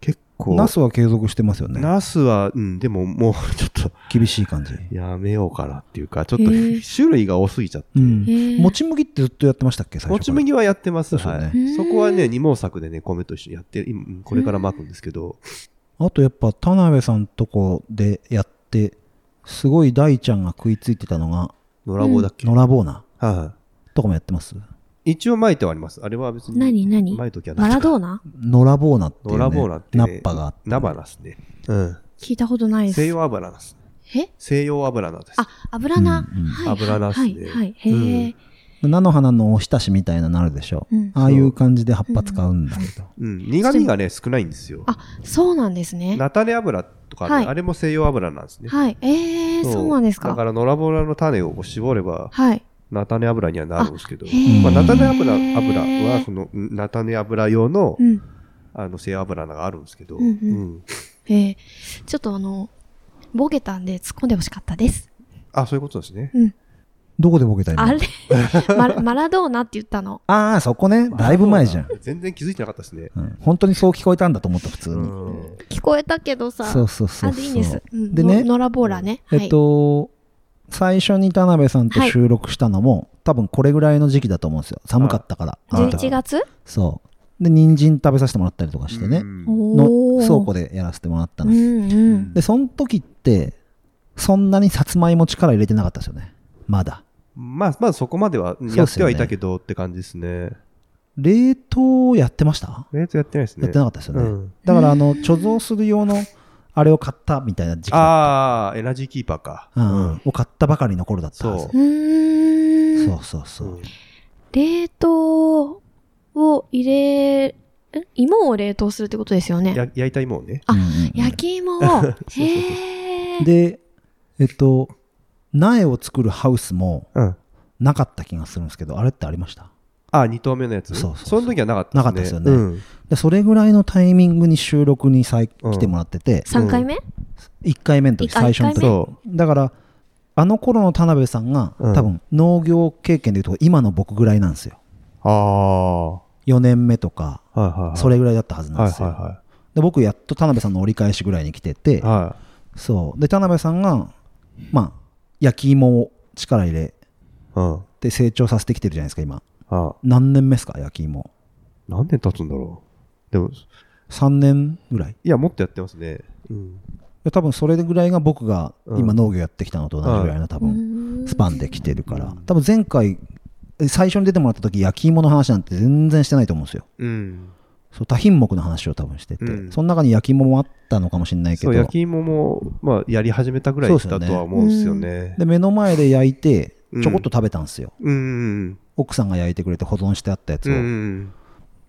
[SPEAKER 3] 結構
[SPEAKER 1] ナスは継続してますよね
[SPEAKER 3] ナスは、うん、でももうちょっと
[SPEAKER 1] 厳しい感じ
[SPEAKER 3] やめようかなっていうか、ちょっと
[SPEAKER 2] へー
[SPEAKER 3] 種類が多すぎちゃって。
[SPEAKER 1] うん
[SPEAKER 2] へー
[SPEAKER 1] もち麦ってずっとやってましたっけ最初
[SPEAKER 3] もち麦はやってます。
[SPEAKER 1] そう
[SPEAKER 3] は
[SPEAKER 1] ですよ
[SPEAKER 2] ね
[SPEAKER 3] い。そこはね、二毛作でね、米と一緒にやって、今うんこれから巻くんですけど、
[SPEAKER 1] あとやっぱ田辺さんとこでやってすごい大ちゃんが食いついてたのが
[SPEAKER 3] 野良棒だっけ
[SPEAKER 1] 野良ボーナ
[SPEAKER 3] は
[SPEAKER 1] とかもやってます
[SPEAKER 3] い。一応巻いてはあります。あれは別に。
[SPEAKER 2] 何何
[SPEAKER 3] 巻いときは
[SPEAKER 2] マ
[SPEAKER 3] ない
[SPEAKER 2] ラドーナ
[SPEAKER 1] 野良ボーナっていう、ね、
[SPEAKER 3] 野良ボーナってね
[SPEAKER 1] ナッパがあって
[SPEAKER 3] ナバナスね。うん。
[SPEAKER 2] 聞いたことないです。
[SPEAKER 3] 西洋アブラナス。
[SPEAKER 2] え
[SPEAKER 3] 西洋アブラナです。
[SPEAKER 2] あ、油菜
[SPEAKER 1] うんうん。
[SPEAKER 2] はい
[SPEAKER 3] 油菜っす
[SPEAKER 2] は
[SPEAKER 3] ね
[SPEAKER 2] いはい。へえ。
[SPEAKER 1] 菜の花のおひたしみたいなのあるでしょ
[SPEAKER 2] うん
[SPEAKER 1] ああいう感じで葉っぱ使うんだけど、
[SPEAKER 3] うん。苦味がね、少ないんですよ。
[SPEAKER 2] あ、そうなんですね。
[SPEAKER 3] 菜種油とかね、
[SPEAKER 2] はい
[SPEAKER 3] あれも西洋アブラなんですね。
[SPEAKER 2] はい。ええ、そうなんです
[SPEAKER 3] だ
[SPEAKER 2] か。
[SPEAKER 3] から野良ボーナの種をこう絞れば、
[SPEAKER 2] はい。
[SPEAKER 3] 菜種油にはなるんですけど
[SPEAKER 2] あへ、
[SPEAKER 1] ー
[SPEAKER 3] まあ、菜種油油はそのん菜種油用の,、
[SPEAKER 2] うん。
[SPEAKER 3] あの製油があるんですけど、
[SPEAKER 2] うんうん
[SPEAKER 3] うん
[SPEAKER 2] ええ。ちょっとあの、ボケたんで突っ込んでほしかったです。
[SPEAKER 3] あそういうことですね。
[SPEAKER 2] うん。
[SPEAKER 1] どこでボケた今
[SPEAKER 2] あれマラマラドーナって言ったの。
[SPEAKER 1] ああそこね だいぶ前じゃん、
[SPEAKER 3] 全然気づいてなかったですね。
[SPEAKER 1] うん、本当にそう聞こえたんだと思った普通に、
[SPEAKER 3] うん
[SPEAKER 2] 聞こえたけどさ。
[SPEAKER 1] そうそうそうそう
[SPEAKER 2] あ、でいいんです。うん
[SPEAKER 1] でね
[SPEAKER 2] のノラボーラね。はい
[SPEAKER 1] えっと、最初に田辺さんと収録したのも、多分これぐらいの時期だと思うんですよ。寒かったから。
[SPEAKER 3] あ
[SPEAKER 2] 11月
[SPEAKER 1] そう。で、人参食べさせてもらったりとかしてね
[SPEAKER 3] う。ん
[SPEAKER 2] お
[SPEAKER 1] の
[SPEAKER 2] ー
[SPEAKER 1] 倉庫でやらせてもらった
[SPEAKER 2] う
[SPEAKER 1] の。
[SPEAKER 2] んうん。
[SPEAKER 1] で、その時って、そんなにさつまいも力入れてなかったですよね。まだ。
[SPEAKER 3] まあまあそこまでは
[SPEAKER 1] ね
[SPEAKER 3] やってはいたけどって感じですね。
[SPEAKER 1] 冷凍やってました
[SPEAKER 3] えっとやってないですね。
[SPEAKER 1] やってなかったですよね。
[SPEAKER 3] うん
[SPEAKER 1] だから、あの、貯蔵する用の、あれを買ったみたいな時期だ
[SPEAKER 3] ああエナジーキーパーか。
[SPEAKER 1] うんを買ったばかりの頃だったはず
[SPEAKER 3] そう
[SPEAKER 2] ーん
[SPEAKER 1] そうそうそうう。
[SPEAKER 3] ん
[SPEAKER 2] 冷凍を入れ、ん芋を冷凍するってことですよね。
[SPEAKER 3] や焼いた芋をね。
[SPEAKER 2] あ
[SPEAKER 1] うんうんうん
[SPEAKER 2] 焼き 芋を。へー。
[SPEAKER 1] で、えっと、苗を作るハウスも
[SPEAKER 3] うん。
[SPEAKER 1] なかった気がするんですけど、あれってありました
[SPEAKER 3] あ二頭目のやつ。
[SPEAKER 1] そうそうそう
[SPEAKER 3] の時はなかった
[SPEAKER 1] なかったですよね
[SPEAKER 3] うん
[SPEAKER 1] でそれぐらいのタイミングに収録にさい
[SPEAKER 3] うん
[SPEAKER 1] 来てもらってて、
[SPEAKER 2] 3回目
[SPEAKER 1] 1回目の時、
[SPEAKER 2] いあ
[SPEAKER 1] 最初の
[SPEAKER 2] 一
[SPEAKER 1] 時
[SPEAKER 2] 回。
[SPEAKER 3] そ
[SPEAKER 1] だから、あの頃の田辺さんが、
[SPEAKER 3] うん
[SPEAKER 1] 多分農業経験でいうと、今の僕ぐらいなんですよ。
[SPEAKER 3] う。ああは
[SPEAKER 1] 4年目とか、
[SPEAKER 3] いはいはい。
[SPEAKER 1] それぐらいだったはずなん
[SPEAKER 3] はい
[SPEAKER 1] ですよ。
[SPEAKER 3] は
[SPEAKER 1] で僕、やっと田辺さんの折り返しぐらいに来て
[SPEAKER 3] い
[SPEAKER 1] て、
[SPEAKER 3] はい。はい。
[SPEAKER 1] そう。で、田辺さんが、まあ、焼き芋を力入れ
[SPEAKER 3] うん。あ
[SPEAKER 1] て成長させてきてるじゃないですか、今。
[SPEAKER 3] あ
[SPEAKER 1] 何年目ですか、焼き芋。
[SPEAKER 3] 何年経つんだろう。でも、
[SPEAKER 1] 3年ぐらいい
[SPEAKER 3] いや、もっとやってますね。うん。
[SPEAKER 1] や多分それぐらいが僕が
[SPEAKER 3] うん
[SPEAKER 1] 今農業やってきたのと同じぐらいの多分スパンで来てるから多分前回え最初に出てもらった時焼き芋の話なんて全然してないと思うんですよ
[SPEAKER 3] うん。
[SPEAKER 1] そう多品目の話を多分してて、
[SPEAKER 3] うん
[SPEAKER 1] その中に焼き芋もあったのかもしれないけ
[SPEAKER 3] そ
[SPEAKER 1] ど
[SPEAKER 3] う、焼き芋も、まあ、やり始めたぐらい
[SPEAKER 1] そう
[SPEAKER 3] だ
[SPEAKER 1] ですよね
[SPEAKER 3] とは思うんですよね。
[SPEAKER 1] で目の前で焼いて
[SPEAKER 3] うん
[SPEAKER 1] ちょこっと食べたんですよ、
[SPEAKER 3] うん。うん
[SPEAKER 1] 奥さんが焼いてくれて保存してあったやつ
[SPEAKER 3] う
[SPEAKER 1] を、
[SPEAKER 3] ん。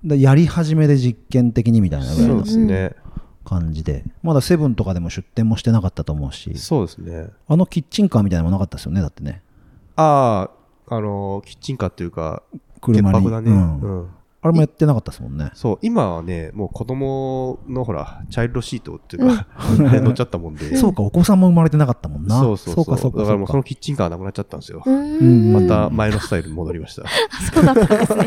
[SPEAKER 1] でやり始めで実験的にみたいなぐらい
[SPEAKER 3] そう
[SPEAKER 1] の
[SPEAKER 3] ですね。
[SPEAKER 1] 感じでまだセブンとかでも出店もしてなかったと思うし
[SPEAKER 3] そうですね。
[SPEAKER 1] あのキッチンカーみたいなのもなかったですよねだってね
[SPEAKER 3] ああ、あの、キッチンカーっていうか、
[SPEAKER 1] 車に、
[SPEAKER 3] 潔白だね。
[SPEAKER 1] うん
[SPEAKER 3] うん。
[SPEAKER 1] あれもやってなかったですもんね。
[SPEAKER 3] そう、今はね、もう子供のほら、チャイルドシートっていうか、あれ乗っちゃったもんで。
[SPEAKER 1] そうか、お子さんも生まれてなかったもんな。
[SPEAKER 3] そうそう
[SPEAKER 1] か、そ
[SPEAKER 3] そうう。
[SPEAKER 1] か。
[SPEAKER 3] だからもうそ
[SPEAKER 1] そ
[SPEAKER 3] の
[SPEAKER 1] うか
[SPEAKER 3] キッチンカーなくなっちゃったんですよ。
[SPEAKER 2] うん。
[SPEAKER 1] う
[SPEAKER 3] ま
[SPEAKER 1] ん
[SPEAKER 3] た前のスタイルに戻りました。
[SPEAKER 2] そうだったんですね。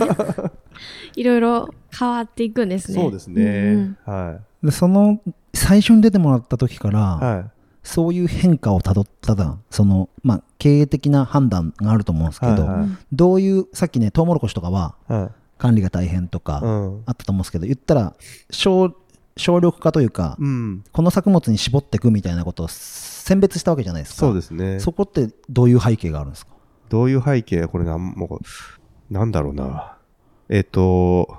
[SPEAKER 2] いろいろ変わっていくんですね。
[SPEAKER 3] そうです
[SPEAKER 2] うんう
[SPEAKER 3] ね
[SPEAKER 2] ん。。
[SPEAKER 3] は
[SPEAKER 1] でその、最初に出てもらった時から、
[SPEAKER 3] い。はい。
[SPEAKER 1] そういう変化をたどっただ、その、まあ、経営的な判断があると思うんですけど、
[SPEAKER 3] はいはい
[SPEAKER 1] どういう、さっきね、トウモロコシとかは
[SPEAKER 3] はい。
[SPEAKER 1] 管理が大変とか、
[SPEAKER 3] うん。
[SPEAKER 1] あったと思うんですけど、言ったら、省、省力化というか、
[SPEAKER 3] うん。
[SPEAKER 1] この作物に絞っていくみたいなことを選別したわけじゃないですか。
[SPEAKER 3] そうですね。
[SPEAKER 1] そこってどういう背景があるんですか
[SPEAKER 3] どういう背景これなん、もう、なんだろうな。えっ、と、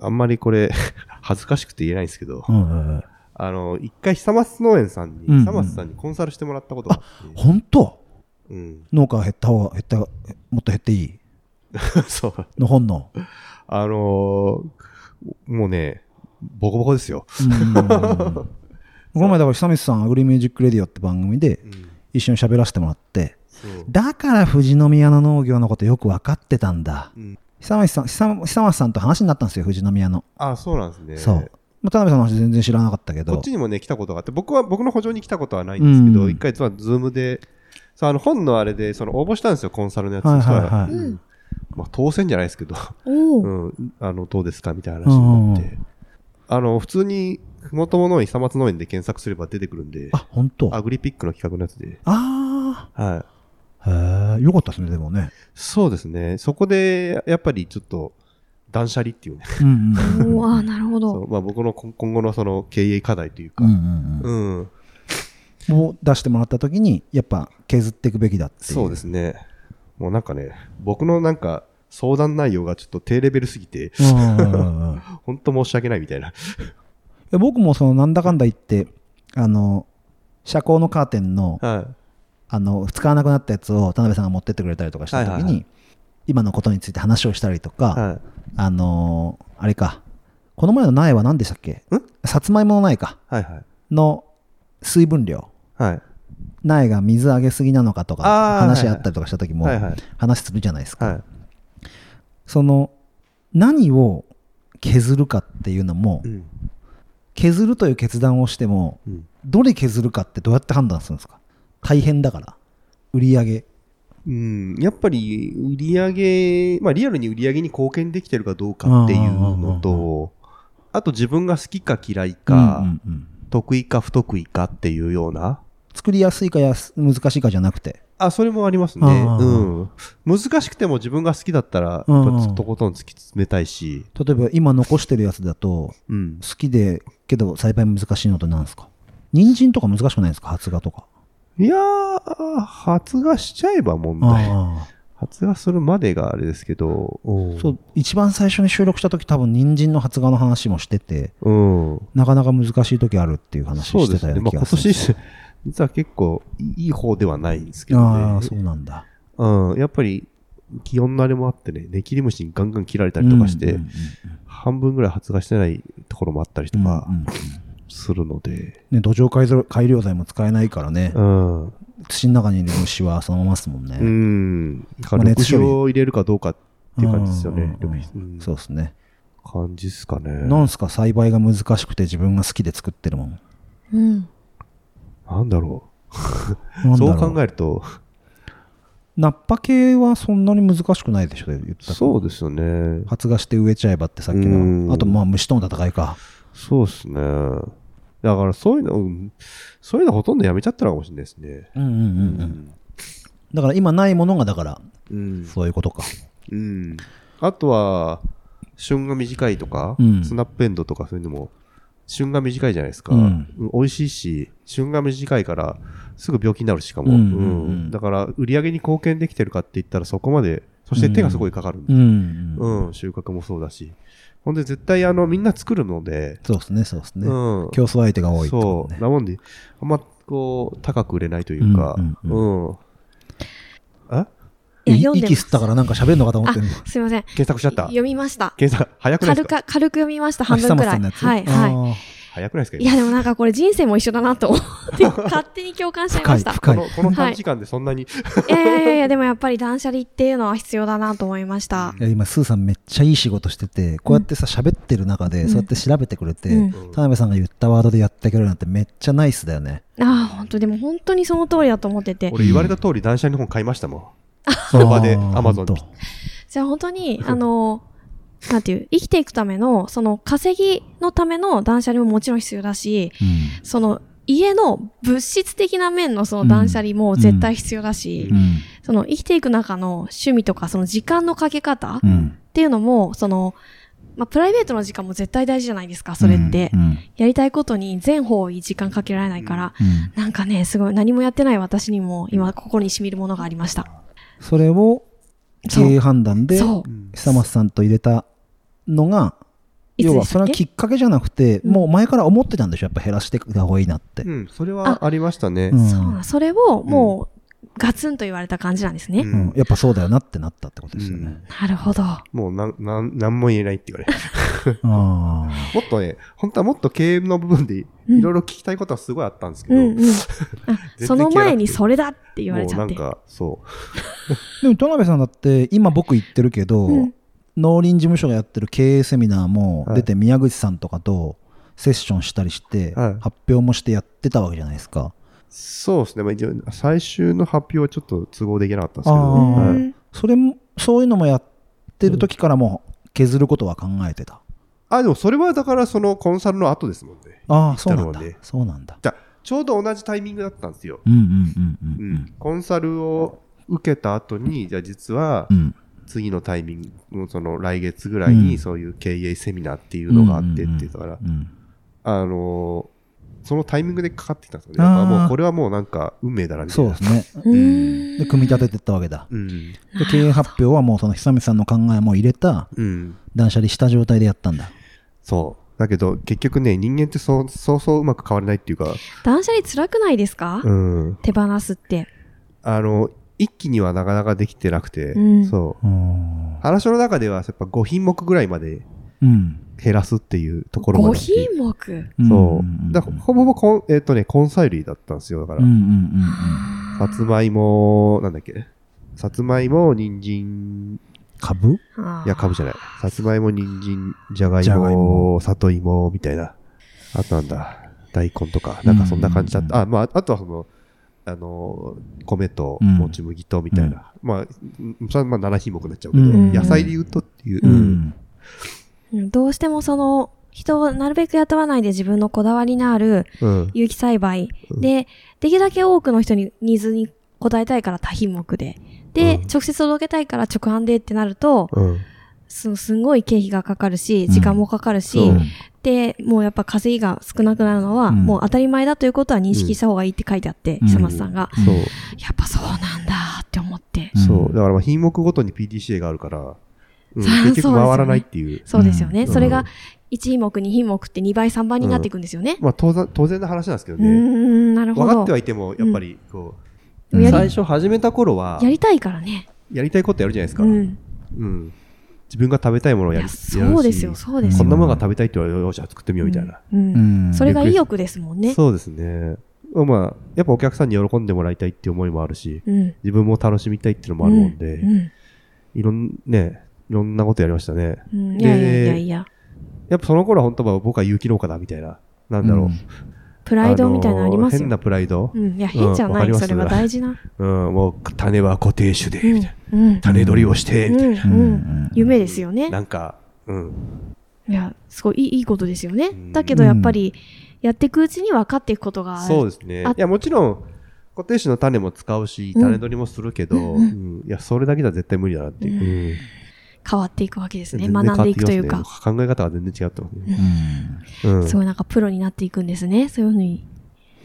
[SPEAKER 3] あんまりこれ、 恥ずかしくて言えないんですけど、
[SPEAKER 1] うんうんうん。
[SPEAKER 3] あの、一回久松農園さんに、
[SPEAKER 1] うんうん
[SPEAKER 3] 久松さんにコンサルしてもらったことがあって、
[SPEAKER 1] 本当
[SPEAKER 3] うん。
[SPEAKER 1] 農家は減った方が、減った、もっと減っていい
[SPEAKER 3] そう。
[SPEAKER 1] の本能。
[SPEAKER 3] あのーもうね、ボコボコですよ。
[SPEAKER 1] この前だから久光さん「アグリミュージックレディオ」って番組で
[SPEAKER 3] うん
[SPEAKER 1] 一緒に喋らせてもらって
[SPEAKER 3] そう
[SPEAKER 1] だから富士宮の農業のことよく分かってたんだ
[SPEAKER 3] うん
[SPEAKER 1] 久松さん久久松さんと話になったんですよ富士宮の、
[SPEAKER 3] あそうなんですね。
[SPEAKER 1] そう、まあ、田辺さんの話全然知らなかったけ
[SPEAKER 3] こっ
[SPEAKER 1] ど
[SPEAKER 3] ちにもね、来たことがあって、僕は、僕の補助に来たことはないんですけど、
[SPEAKER 1] うん
[SPEAKER 3] 一回、実はズームで、そうあの本のあれで、その応募したんですよ、コンサルのやつ。
[SPEAKER 1] はいはいはい
[SPEAKER 3] そしたら
[SPEAKER 2] うん
[SPEAKER 3] まあ、当選じゃないですけど、
[SPEAKER 2] お
[SPEAKER 3] う
[SPEAKER 2] お。
[SPEAKER 3] ん、あの、どうですかみたいな話に
[SPEAKER 1] うん
[SPEAKER 3] なっ
[SPEAKER 1] う
[SPEAKER 3] て。あの、普通に、ふもとも農園、久松農園で検索すれば出てくるんで、
[SPEAKER 1] あ本当
[SPEAKER 3] アグリピックの企画のやつで。
[SPEAKER 1] あ
[SPEAKER 3] はい。
[SPEAKER 1] あへえよかったですねでもね
[SPEAKER 3] そうですね。そこで、やっぱりちょっと、断捨離っていうね。
[SPEAKER 1] うん
[SPEAKER 2] おーあーなるほ
[SPEAKER 3] そ
[SPEAKER 2] ど。
[SPEAKER 3] うまあ、僕の今今後のその経営課題という
[SPEAKER 1] う
[SPEAKER 3] か、
[SPEAKER 1] んう
[SPEAKER 3] うん。
[SPEAKER 1] んうんうんを出してもらった時にやっぱ削っていくべきだっていう
[SPEAKER 3] そうですね。もうなんかね、僕のなんか、相談内容がちょっと低レベルすぎて、
[SPEAKER 1] うんうんうんうん
[SPEAKER 3] ほんと申し訳ないみたいな。
[SPEAKER 1] で僕もそのなんだかんだ言ってあの遮光のカーテンの
[SPEAKER 3] は
[SPEAKER 1] あの使わなくなったやつを田辺さんが持ってってくれたりとかした時に、
[SPEAKER 3] はいはいは
[SPEAKER 1] 今のことについて話をしたりとか、
[SPEAKER 3] い。は
[SPEAKER 1] あのーあれかこの前の苗は何でしたっけさつまいもの苗か
[SPEAKER 3] い。はいはい。
[SPEAKER 1] の水分量
[SPEAKER 3] はい。
[SPEAKER 1] 苗が水あげすぎなのかとか
[SPEAKER 3] あー
[SPEAKER 1] 話し合ったりとかした時も
[SPEAKER 3] はいはい。
[SPEAKER 1] 話するじゃないですか、
[SPEAKER 3] はい。
[SPEAKER 1] その何を削るかっていうのも、
[SPEAKER 3] うん。
[SPEAKER 1] 削るという決断をしても
[SPEAKER 3] うん。
[SPEAKER 1] どれ削るかってどうやって判断するんですか大変だから売り上げ
[SPEAKER 3] うん、やっぱり売り上げ、まあ、リアルに売り上げに貢献できてるかどうかっていうの
[SPEAKER 1] うんうん
[SPEAKER 3] と、あと自分が好きか嫌いか、
[SPEAKER 1] うんうんうん
[SPEAKER 3] 得意か不得意かっていうような、
[SPEAKER 1] 作りやすいかやす難しいかじゃなくて
[SPEAKER 3] あ、それもありますね。
[SPEAKER 1] うんうん
[SPEAKER 3] うん。難しくても自分が好きだったら、
[SPEAKER 1] うんうん
[SPEAKER 3] やっぱとことん突き詰めたいし、
[SPEAKER 1] 例えば今残してるやつだと
[SPEAKER 3] うん。
[SPEAKER 1] 好きでけど栽培難しいのって何ですか人参とか難しくないですか発芽とか
[SPEAKER 3] いやー、発芽しちゃえば問題。発芽するまでがあれですけど、うん
[SPEAKER 1] そう一番最初に収録した時多分人参の発芽の話もしてて
[SPEAKER 3] うん。
[SPEAKER 1] なかなか難しい時あるっていう話
[SPEAKER 3] そう
[SPEAKER 1] し
[SPEAKER 3] で
[SPEAKER 1] てた
[SPEAKER 3] す
[SPEAKER 1] よ
[SPEAKER 3] ね。
[SPEAKER 1] うな気
[SPEAKER 3] まあ今
[SPEAKER 1] がするんで
[SPEAKER 3] 年
[SPEAKER 1] すよ、、
[SPEAKER 3] 実は結構いい方ではないんですけど
[SPEAKER 1] ああ
[SPEAKER 3] ね
[SPEAKER 1] ー。そうなんだ
[SPEAKER 3] うん、やっぱり気温のあれもあってね、ネキリムシにガンガン切られたりとかし
[SPEAKER 1] う
[SPEAKER 3] て、
[SPEAKER 1] んうんうん
[SPEAKER 3] 半分ぐらい発芽してないところもあったりとか
[SPEAKER 1] うんうんうん
[SPEAKER 3] するので、
[SPEAKER 1] ね、土壌改造改良剤も使えないからね、
[SPEAKER 3] うん、うん、
[SPEAKER 1] 土の中にいる虫はそのままですもんね、
[SPEAKER 3] だか
[SPEAKER 1] まあ
[SPEAKER 3] ら
[SPEAKER 1] ね
[SPEAKER 3] 緑肥を入れるかどうかっていう感じですよ
[SPEAKER 1] う
[SPEAKER 3] ね
[SPEAKER 1] ん、
[SPEAKER 3] 緑肥うん
[SPEAKER 1] そうですね、
[SPEAKER 3] 感じですかね。
[SPEAKER 1] なんすか栽培が難しくて自分が好きで作ってるもん
[SPEAKER 2] うん。
[SPEAKER 3] なんだろ
[SPEAKER 1] な
[SPEAKER 3] う。
[SPEAKER 1] んだ
[SPEAKER 3] そ
[SPEAKER 1] ろ
[SPEAKER 3] う考えると、
[SPEAKER 1] ナッパ系はそんなに難しくないでしょ言ったら
[SPEAKER 3] そうですよね。
[SPEAKER 1] 発芽して植えちゃえばってさっき
[SPEAKER 3] うん
[SPEAKER 1] のあとまあ虫との戦いか
[SPEAKER 3] そうですね。だからそういうの、うんそういうのほとんどやめちゃったのかもしれないですね。
[SPEAKER 1] うんうんうん
[SPEAKER 3] う
[SPEAKER 1] うんだから今ないものがだから
[SPEAKER 3] うん
[SPEAKER 1] そういうことか
[SPEAKER 3] うん、あとは旬が短いとか、
[SPEAKER 1] うん
[SPEAKER 3] スナップエンドとかそういうのも旬が短いじゃないですか、
[SPEAKER 1] うん
[SPEAKER 3] うん美味しいし旬が短いからすぐ病気になるしか
[SPEAKER 1] う
[SPEAKER 3] も、
[SPEAKER 1] んうんうん
[SPEAKER 3] うんだから売り上げに貢献できてるかって言ったらそこまでそして手がすごいかかるん
[SPEAKER 1] う
[SPEAKER 3] で、
[SPEAKER 1] ん、
[SPEAKER 3] うん収穫もそうだしほんで絶対あのみんな作るので、
[SPEAKER 1] そうですねそうですね、
[SPEAKER 3] うん、
[SPEAKER 1] 競争相手が多いって
[SPEAKER 3] そ
[SPEAKER 1] こと
[SPEAKER 3] う
[SPEAKER 1] ね
[SPEAKER 3] なもんであんまこう高く売れないというか
[SPEAKER 1] うんうんう
[SPEAKER 3] うんえ
[SPEAKER 2] いや
[SPEAKER 1] い
[SPEAKER 2] 読んで
[SPEAKER 1] 息吸ったからなんか喋るのかと思ってんの
[SPEAKER 2] すいません。
[SPEAKER 3] 検索しちゃった
[SPEAKER 2] 読みました。
[SPEAKER 3] 検索早くないで
[SPEAKER 2] 軽
[SPEAKER 3] すか
[SPEAKER 2] く、軽く読みまし
[SPEAKER 1] あ
[SPEAKER 2] た。半
[SPEAKER 1] 久
[SPEAKER 2] 分
[SPEAKER 1] 松
[SPEAKER 2] くら
[SPEAKER 1] さ
[SPEAKER 2] い。
[SPEAKER 1] んのやつ
[SPEAKER 2] はい、
[SPEAKER 1] あ
[SPEAKER 2] は
[SPEAKER 1] ー
[SPEAKER 3] 早くないですか
[SPEAKER 2] い。いや、でもなんかこれ人生も一緒だなと思って、 勝手に共感しちゃいま
[SPEAKER 1] 深い
[SPEAKER 2] した。
[SPEAKER 1] 深い
[SPEAKER 3] このこの
[SPEAKER 2] は
[SPEAKER 3] 短
[SPEAKER 2] い
[SPEAKER 3] 時間でそんなに、
[SPEAKER 2] いやいやいやいや、でもやっぱり断捨離っていうのは必要だなと思いました
[SPEAKER 1] い。や今スーさんめっちゃいい仕事しててこうやってさ喋ってる中で、
[SPEAKER 2] うん
[SPEAKER 1] そうやって調べてくれて、
[SPEAKER 2] うん
[SPEAKER 3] うん
[SPEAKER 1] 田辺さんが言ったワードでやってくれるなんてめっちゃナイスだよね
[SPEAKER 2] ああ、本当でも本当にその通りだと思ってて。
[SPEAKER 3] 俺言われた通り断捨離の本買いましたもん。
[SPEAKER 1] そ
[SPEAKER 3] の場で Amazon
[SPEAKER 1] と
[SPEAKER 3] に
[SPEAKER 2] じゃあ本当に、あの、なんていう、生きていくための、その稼ぎのための断捨離ももちろん必要だし、
[SPEAKER 1] うん
[SPEAKER 2] その家の物質的な面のその断捨離も絶対必要だし、
[SPEAKER 3] うん
[SPEAKER 1] うん
[SPEAKER 2] その生きていく中の趣味とか、その時間のかけ方っ
[SPEAKER 1] うん
[SPEAKER 2] ていうのも、その、まあ、プライベートの時間も絶対大事じゃないですか、それって。
[SPEAKER 1] うん
[SPEAKER 2] やりたいことに全方位時間かけられないから、
[SPEAKER 1] うん
[SPEAKER 2] なんかね、すごい何もやってない私にも今心に染みるものがありました。
[SPEAKER 1] それを経営判断で
[SPEAKER 2] そう。
[SPEAKER 1] 久松さんと入れたのが
[SPEAKER 2] いつでしたっけ
[SPEAKER 1] 要はそれはきっかけじゃなくて
[SPEAKER 2] うん
[SPEAKER 1] もう前から思ってたんでしょやっぱ減らしていった方がいいなって、
[SPEAKER 3] うん、それはありましたね
[SPEAKER 1] う。ん
[SPEAKER 2] そうなのそれをもうガツンと言われた感じなんですね。
[SPEAKER 3] う
[SPEAKER 1] うん
[SPEAKER 3] ん、
[SPEAKER 1] やっぱそうだよなってなったってことですよね。
[SPEAKER 2] なるほど。
[SPEAKER 3] もうなん、なん、なんも言えないって言わ れる。
[SPEAKER 1] あ
[SPEAKER 3] もっとね、本当はもっと経営の部分でい
[SPEAKER 2] うん
[SPEAKER 3] ろいろ聞きたいことはすごいあったんですけ
[SPEAKER 2] う
[SPEAKER 3] ど、
[SPEAKER 2] んうん。あ、
[SPEAKER 3] て
[SPEAKER 2] その前にそれだって言われ
[SPEAKER 3] も
[SPEAKER 2] ち
[SPEAKER 3] う
[SPEAKER 2] ゃ
[SPEAKER 3] な
[SPEAKER 2] っ
[SPEAKER 3] ん
[SPEAKER 2] て。
[SPEAKER 3] か、そう。
[SPEAKER 1] ーでも田辺さんだって今僕言ってるけど、
[SPEAKER 2] うん
[SPEAKER 1] 農林事務所がやってる経営セミナーも出て宮口さんとかとセッションしたりして
[SPEAKER 3] はい
[SPEAKER 1] 発表もしてやってたわけじゃないですか。
[SPEAKER 3] そうですね。まあ一応、最終の発表はちょっと都合できなかったんですけど、
[SPEAKER 1] あー
[SPEAKER 2] う
[SPEAKER 3] はい
[SPEAKER 2] ん
[SPEAKER 1] それもそういうのもやってる時からもう削ることは考えてた。
[SPEAKER 3] あ、でもそれはだからそのコンサルの後ですもんね。
[SPEAKER 1] ああそうなんだ
[SPEAKER 3] だろうね。
[SPEAKER 1] そうなんだ。
[SPEAKER 3] じゃあちょうど同じタイミングだったんですよ。
[SPEAKER 1] うんうんうんうんう
[SPEAKER 3] う
[SPEAKER 1] ん
[SPEAKER 3] ん。コンサルを受けた後に、じゃあ実は
[SPEAKER 1] う、ん
[SPEAKER 3] 次のタイミング、その来月ぐらいに
[SPEAKER 1] うん
[SPEAKER 3] そういう経営セミナーっていうのがあってって言ったから、
[SPEAKER 1] うん
[SPEAKER 3] あのーそのタイミングでかかってきたんですよね。やっぱも
[SPEAKER 1] あー
[SPEAKER 3] うこれはもうなんか運命だなみたい
[SPEAKER 1] そう
[SPEAKER 3] な。
[SPEAKER 1] ですね。
[SPEAKER 2] う
[SPEAKER 3] うん
[SPEAKER 2] ん
[SPEAKER 1] で組み立ててったわけだ。
[SPEAKER 3] うん。
[SPEAKER 1] で経営発表はもうその久美さんの考えも入れた
[SPEAKER 3] うん。
[SPEAKER 1] 断捨離した状態でやったんだ。
[SPEAKER 3] そう。だけど結局ね、人間ってそうそうそううまく変われないっていうか、
[SPEAKER 2] 断捨離辛くないですか
[SPEAKER 3] うん。
[SPEAKER 2] 手放すって。
[SPEAKER 3] あの、一気にはなかなかできてなくて、
[SPEAKER 2] うん
[SPEAKER 3] そう。
[SPEAKER 1] うん
[SPEAKER 3] 話の中ではやっぱ5品目ぐらいまで
[SPEAKER 1] うん。
[SPEAKER 3] 減らすっていうところま
[SPEAKER 2] 5
[SPEAKER 3] で。
[SPEAKER 2] 品目。
[SPEAKER 3] そ
[SPEAKER 1] ん
[SPEAKER 3] う。だからほぼほぼコン、えっ、とね、根菜類だったんですよ。だから
[SPEAKER 1] うんう、んうんうん。
[SPEAKER 3] さつまいも、なんだっけさつまいも、人参、
[SPEAKER 1] 株
[SPEAKER 2] あー
[SPEAKER 3] いや、かぶじゃない。さつまいも、人参、じゃがい
[SPEAKER 1] じゃがい
[SPEAKER 3] も
[SPEAKER 1] も、
[SPEAKER 3] 里芋、みたいな。あとなんだ、大根とか、なんかそんな感じだっ
[SPEAKER 1] うん
[SPEAKER 3] た。あ、まあ、あとはその、あの、米と、
[SPEAKER 1] うん
[SPEAKER 3] もち麦と、みたいな。まあ、うんそれはまあ7品目になっちゃうけど、
[SPEAKER 1] うん
[SPEAKER 3] 野菜で言うとっていう。
[SPEAKER 1] う
[SPEAKER 3] うん
[SPEAKER 1] ん。
[SPEAKER 2] うんどうしてもその、人をなるべく雇わないで自分のこだわりのある
[SPEAKER 3] うん。
[SPEAKER 2] 有機栽培
[SPEAKER 3] うん
[SPEAKER 2] で、できるだけ多くの人にニーズに応えたいから多品目で。で、
[SPEAKER 3] うん
[SPEAKER 2] 直接届けたいから直販でってなると、
[SPEAKER 3] うん。
[SPEAKER 2] すすんごい経費がかかるし、
[SPEAKER 1] うん
[SPEAKER 2] 時間もかかるし、
[SPEAKER 3] そう
[SPEAKER 2] で、もうやっぱ稼ぎが少なくなるのは、
[SPEAKER 1] うん
[SPEAKER 2] もう当たり前だということは認識した方がいいって書いてあって、
[SPEAKER 1] うん
[SPEAKER 2] 久松さんが、
[SPEAKER 3] そう。
[SPEAKER 2] やっぱそうなんだって思って。
[SPEAKER 3] そうう。
[SPEAKER 1] ん
[SPEAKER 3] だからまあ品目ごとに PDCA があるから、うん
[SPEAKER 2] そう
[SPEAKER 3] 結局
[SPEAKER 2] そうですよね
[SPEAKER 3] 回らないっていう。
[SPEAKER 2] そうですよね。
[SPEAKER 1] うん
[SPEAKER 2] それが1品目、2品目って2倍、3倍になっていくんですよね。
[SPEAKER 3] まあ当然、当然の話なんですけど
[SPEAKER 2] うー
[SPEAKER 3] ね。
[SPEAKER 2] ん、なるほ
[SPEAKER 3] 分か
[SPEAKER 2] ど
[SPEAKER 3] って。はいても、やっぱり、こ
[SPEAKER 1] うん
[SPEAKER 3] う、
[SPEAKER 2] や
[SPEAKER 3] 最
[SPEAKER 2] り
[SPEAKER 3] 初始めた頃は
[SPEAKER 2] や、りたいからね。
[SPEAKER 3] やりたいことやるじゃないですか
[SPEAKER 2] う。ん。
[SPEAKER 3] うん自分が食べたいものを
[SPEAKER 2] い
[SPEAKER 3] やる
[SPEAKER 2] や、そうですよ、そうです
[SPEAKER 3] こ
[SPEAKER 2] よ。
[SPEAKER 3] んなものが食べたいって言われるよじゃあ作ってみようみたいな、
[SPEAKER 2] うん。
[SPEAKER 1] う
[SPEAKER 2] うん
[SPEAKER 1] ん。
[SPEAKER 2] それが意欲ですもんね。
[SPEAKER 3] そうですねまあやっぱお客さんに喜んでもらいたいっていう思いもあるし
[SPEAKER 2] うん。
[SPEAKER 3] 自分も楽しみたいっていうのもあるもんで、
[SPEAKER 2] うん。
[SPEAKER 3] いろんねいろんなことやりましたね
[SPEAKER 2] うん、い
[SPEAKER 3] で
[SPEAKER 2] やいやいやいや。
[SPEAKER 3] やっぱその頃は本当は僕は有機農家だみたいななんだろう、
[SPEAKER 1] うん
[SPEAKER 2] プライドみたいなのあります
[SPEAKER 3] の変
[SPEAKER 2] よ。
[SPEAKER 3] なプライド
[SPEAKER 2] う、ん。いや、変じゃ
[SPEAKER 3] うんわ
[SPEAKER 2] な
[SPEAKER 3] かり
[SPEAKER 2] い。
[SPEAKER 3] ます
[SPEAKER 2] それは大事な。
[SPEAKER 3] うんもう種は固定種で、
[SPEAKER 2] うん
[SPEAKER 3] みたいな。
[SPEAKER 2] うん。
[SPEAKER 3] 種取りをして、みたいな
[SPEAKER 2] うんうん夢ですよね。
[SPEAKER 3] なんか、うん、
[SPEAKER 2] いや、すごいいいいいことですよね
[SPEAKER 3] ん。
[SPEAKER 2] だけどやっぱり、やっていくうちに分かっていくことがある。
[SPEAKER 3] そうですね
[SPEAKER 2] あ
[SPEAKER 3] いやもちろん固定種の種も使うし
[SPEAKER 2] うん
[SPEAKER 3] 種取りもするけど、うんいやそれだけじゃ絶対無理だなっていう、うん
[SPEAKER 2] 変わっていくわけですね。
[SPEAKER 3] 全然
[SPEAKER 2] 学んでいくという
[SPEAKER 3] 変わ
[SPEAKER 2] か
[SPEAKER 3] ってき。ますね考え方が全然違ってますね。うん
[SPEAKER 2] すごいなんかプロになっていくんですね。そういうふうに。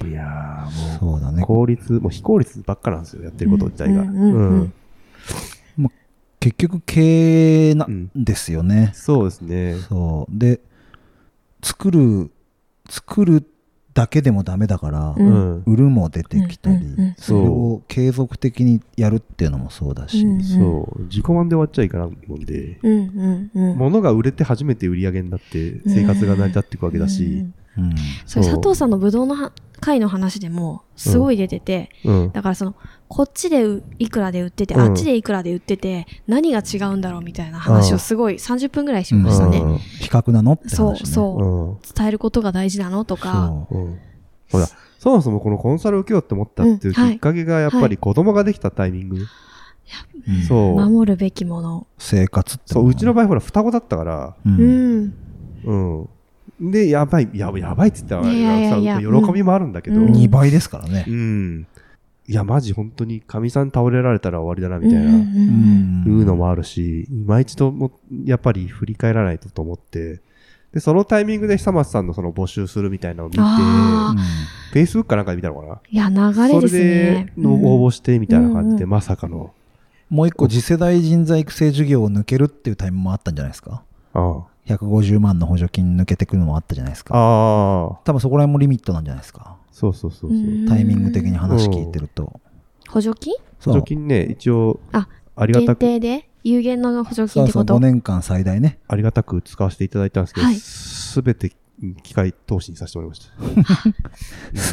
[SPEAKER 3] いや
[SPEAKER 1] うん
[SPEAKER 3] ー
[SPEAKER 1] そ
[SPEAKER 3] も
[SPEAKER 1] うだ
[SPEAKER 3] う、
[SPEAKER 1] ね。
[SPEAKER 3] 効率、もう非効率ばっかなんですよ、やってること自体が。
[SPEAKER 2] うんうんうんうん
[SPEAKER 1] 結局経営な
[SPEAKER 3] うん
[SPEAKER 1] んですよね。
[SPEAKER 3] そうですね。
[SPEAKER 1] そう。で、作る、作るだけでもダメだから、
[SPEAKER 2] うん
[SPEAKER 3] うん
[SPEAKER 1] 売るも出てきたり、
[SPEAKER 2] うんうんうん
[SPEAKER 1] それを継続的にやるっていうのもそうだし、
[SPEAKER 2] うん
[SPEAKER 3] そう、自己満で終わっちゃいかないもんで、
[SPEAKER 2] うんうんうん。
[SPEAKER 3] 物が売れて初めて売り上げになって、生活が成り立っていくわけだし、
[SPEAKER 1] うん
[SPEAKER 2] それ
[SPEAKER 3] そう
[SPEAKER 2] 佐藤さんのブドウのは会の話でもすごい出てて、
[SPEAKER 3] うん
[SPEAKER 2] だからそのこっちでういくらで売ってて、
[SPEAKER 3] うん
[SPEAKER 2] あっちでいくらで売ってて何が違うんだろうみたいな話
[SPEAKER 3] う
[SPEAKER 2] を
[SPEAKER 3] ん
[SPEAKER 2] すごい30分ぐらいしましたね、
[SPEAKER 3] うん
[SPEAKER 1] 比較なのって話、ね、
[SPEAKER 2] そうそう、
[SPEAKER 3] うん
[SPEAKER 2] 伝えることが大事なのとか
[SPEAKER 1] そう
[SPEAKER 3] うんほら、そもそもこのコンサル受けようって思ったっていうきっかけが、やっぱり子供ができたタイミング。
[SPEAKER 1] うん
[SPEAKER 3] そう。
[SPEAKER 2] 守るべきもの
[SPEAKER 1] 生活って
[SPEAKER 3] そ
[SPEAKER 1] も
[SPEAKER 3] う、うちの場合、ほら、双子だったから、
[SPEAKER 1] う
[SPEAKER 2] うんん
[SPEAKER 3] うん。で、やばい、やばい、やばいって言ったら、
[SPEAKER 2] いやいやいや
[SPEAKER 3] さ喜びもあるんだけど、
[SPEAKER 2] うん
[SPEAKER 1] 2倍ですからね
[SPEAKER 3] う、ん。いや、マジ本当に、かみさん倒れられたら終わりだな、みたいな、
[SPEAKER 2] うん
[SPEAKER 3] いう
[SPEAKER 2] うんうん
[SPEAKER 1] ん
[SPEAKER 3] のもあるし、今一度も、やっぱり振り返らないとと思って、で、そのタイミングで久松さんのその募集するみたいなのを見て、
[SPEAKER 2] あ
[SPEAKER 1] う
[SPEAKER 3] Facebook かなんかで見たのかない
[SPEAKER 2] や流れですね
[SPEAKER 3] それで
[SPEAKER 2] 募
[SPEAKER 3] 応募してみたいな感じで、
[SPEAKER 2] うん
[SPEAKER 3] まさかの。
[SPEAKER 1] んもう一個次世代人材育成事業を抜けるっていうタイミングもあったんじゃないですか
[SPEAKER 3] あ
[SPEAKER 1] 150万の補助金抜けてくのもあったじゃないです
[SPEAKER 3] あ。
[SPEAKER 1] か
[SPEAKER 3] ああ。
[SPEAKER 1] 多分そこら辺もリミットなんじゃないですか
[SPEAKER 3] そうそうそうそう。
[SPEAKER 1] タイミング的に話聞いてると、
[SPEAKER 2] 補助金
[SPEAKER 3] 補
[SPEAKER 1] そう
[SPEAKER 3] 助金ね、一応、
[SPEAKER 2] あ
[SPEAKER 3] ありがた
[SPEAKER 2] 限
[SPEAKER 3] く、
[SPEAKER 2] 定で有限の補助
[SPEAKER 1] そ
[SPEAKER 2] 金っ
[SPEAKER 1] う
[SPEAKER 2] て
[SPEAKER 1] そう
[SPEAKER 2] こと
[SPEAKER 1] 5年間最大ね
[SPEAKER 3] ありがたく使わせていただいたんですけど
[SPEAKER 2] はい、
[SPEAKER 3] すべ、て機械投資にさせてもらいました。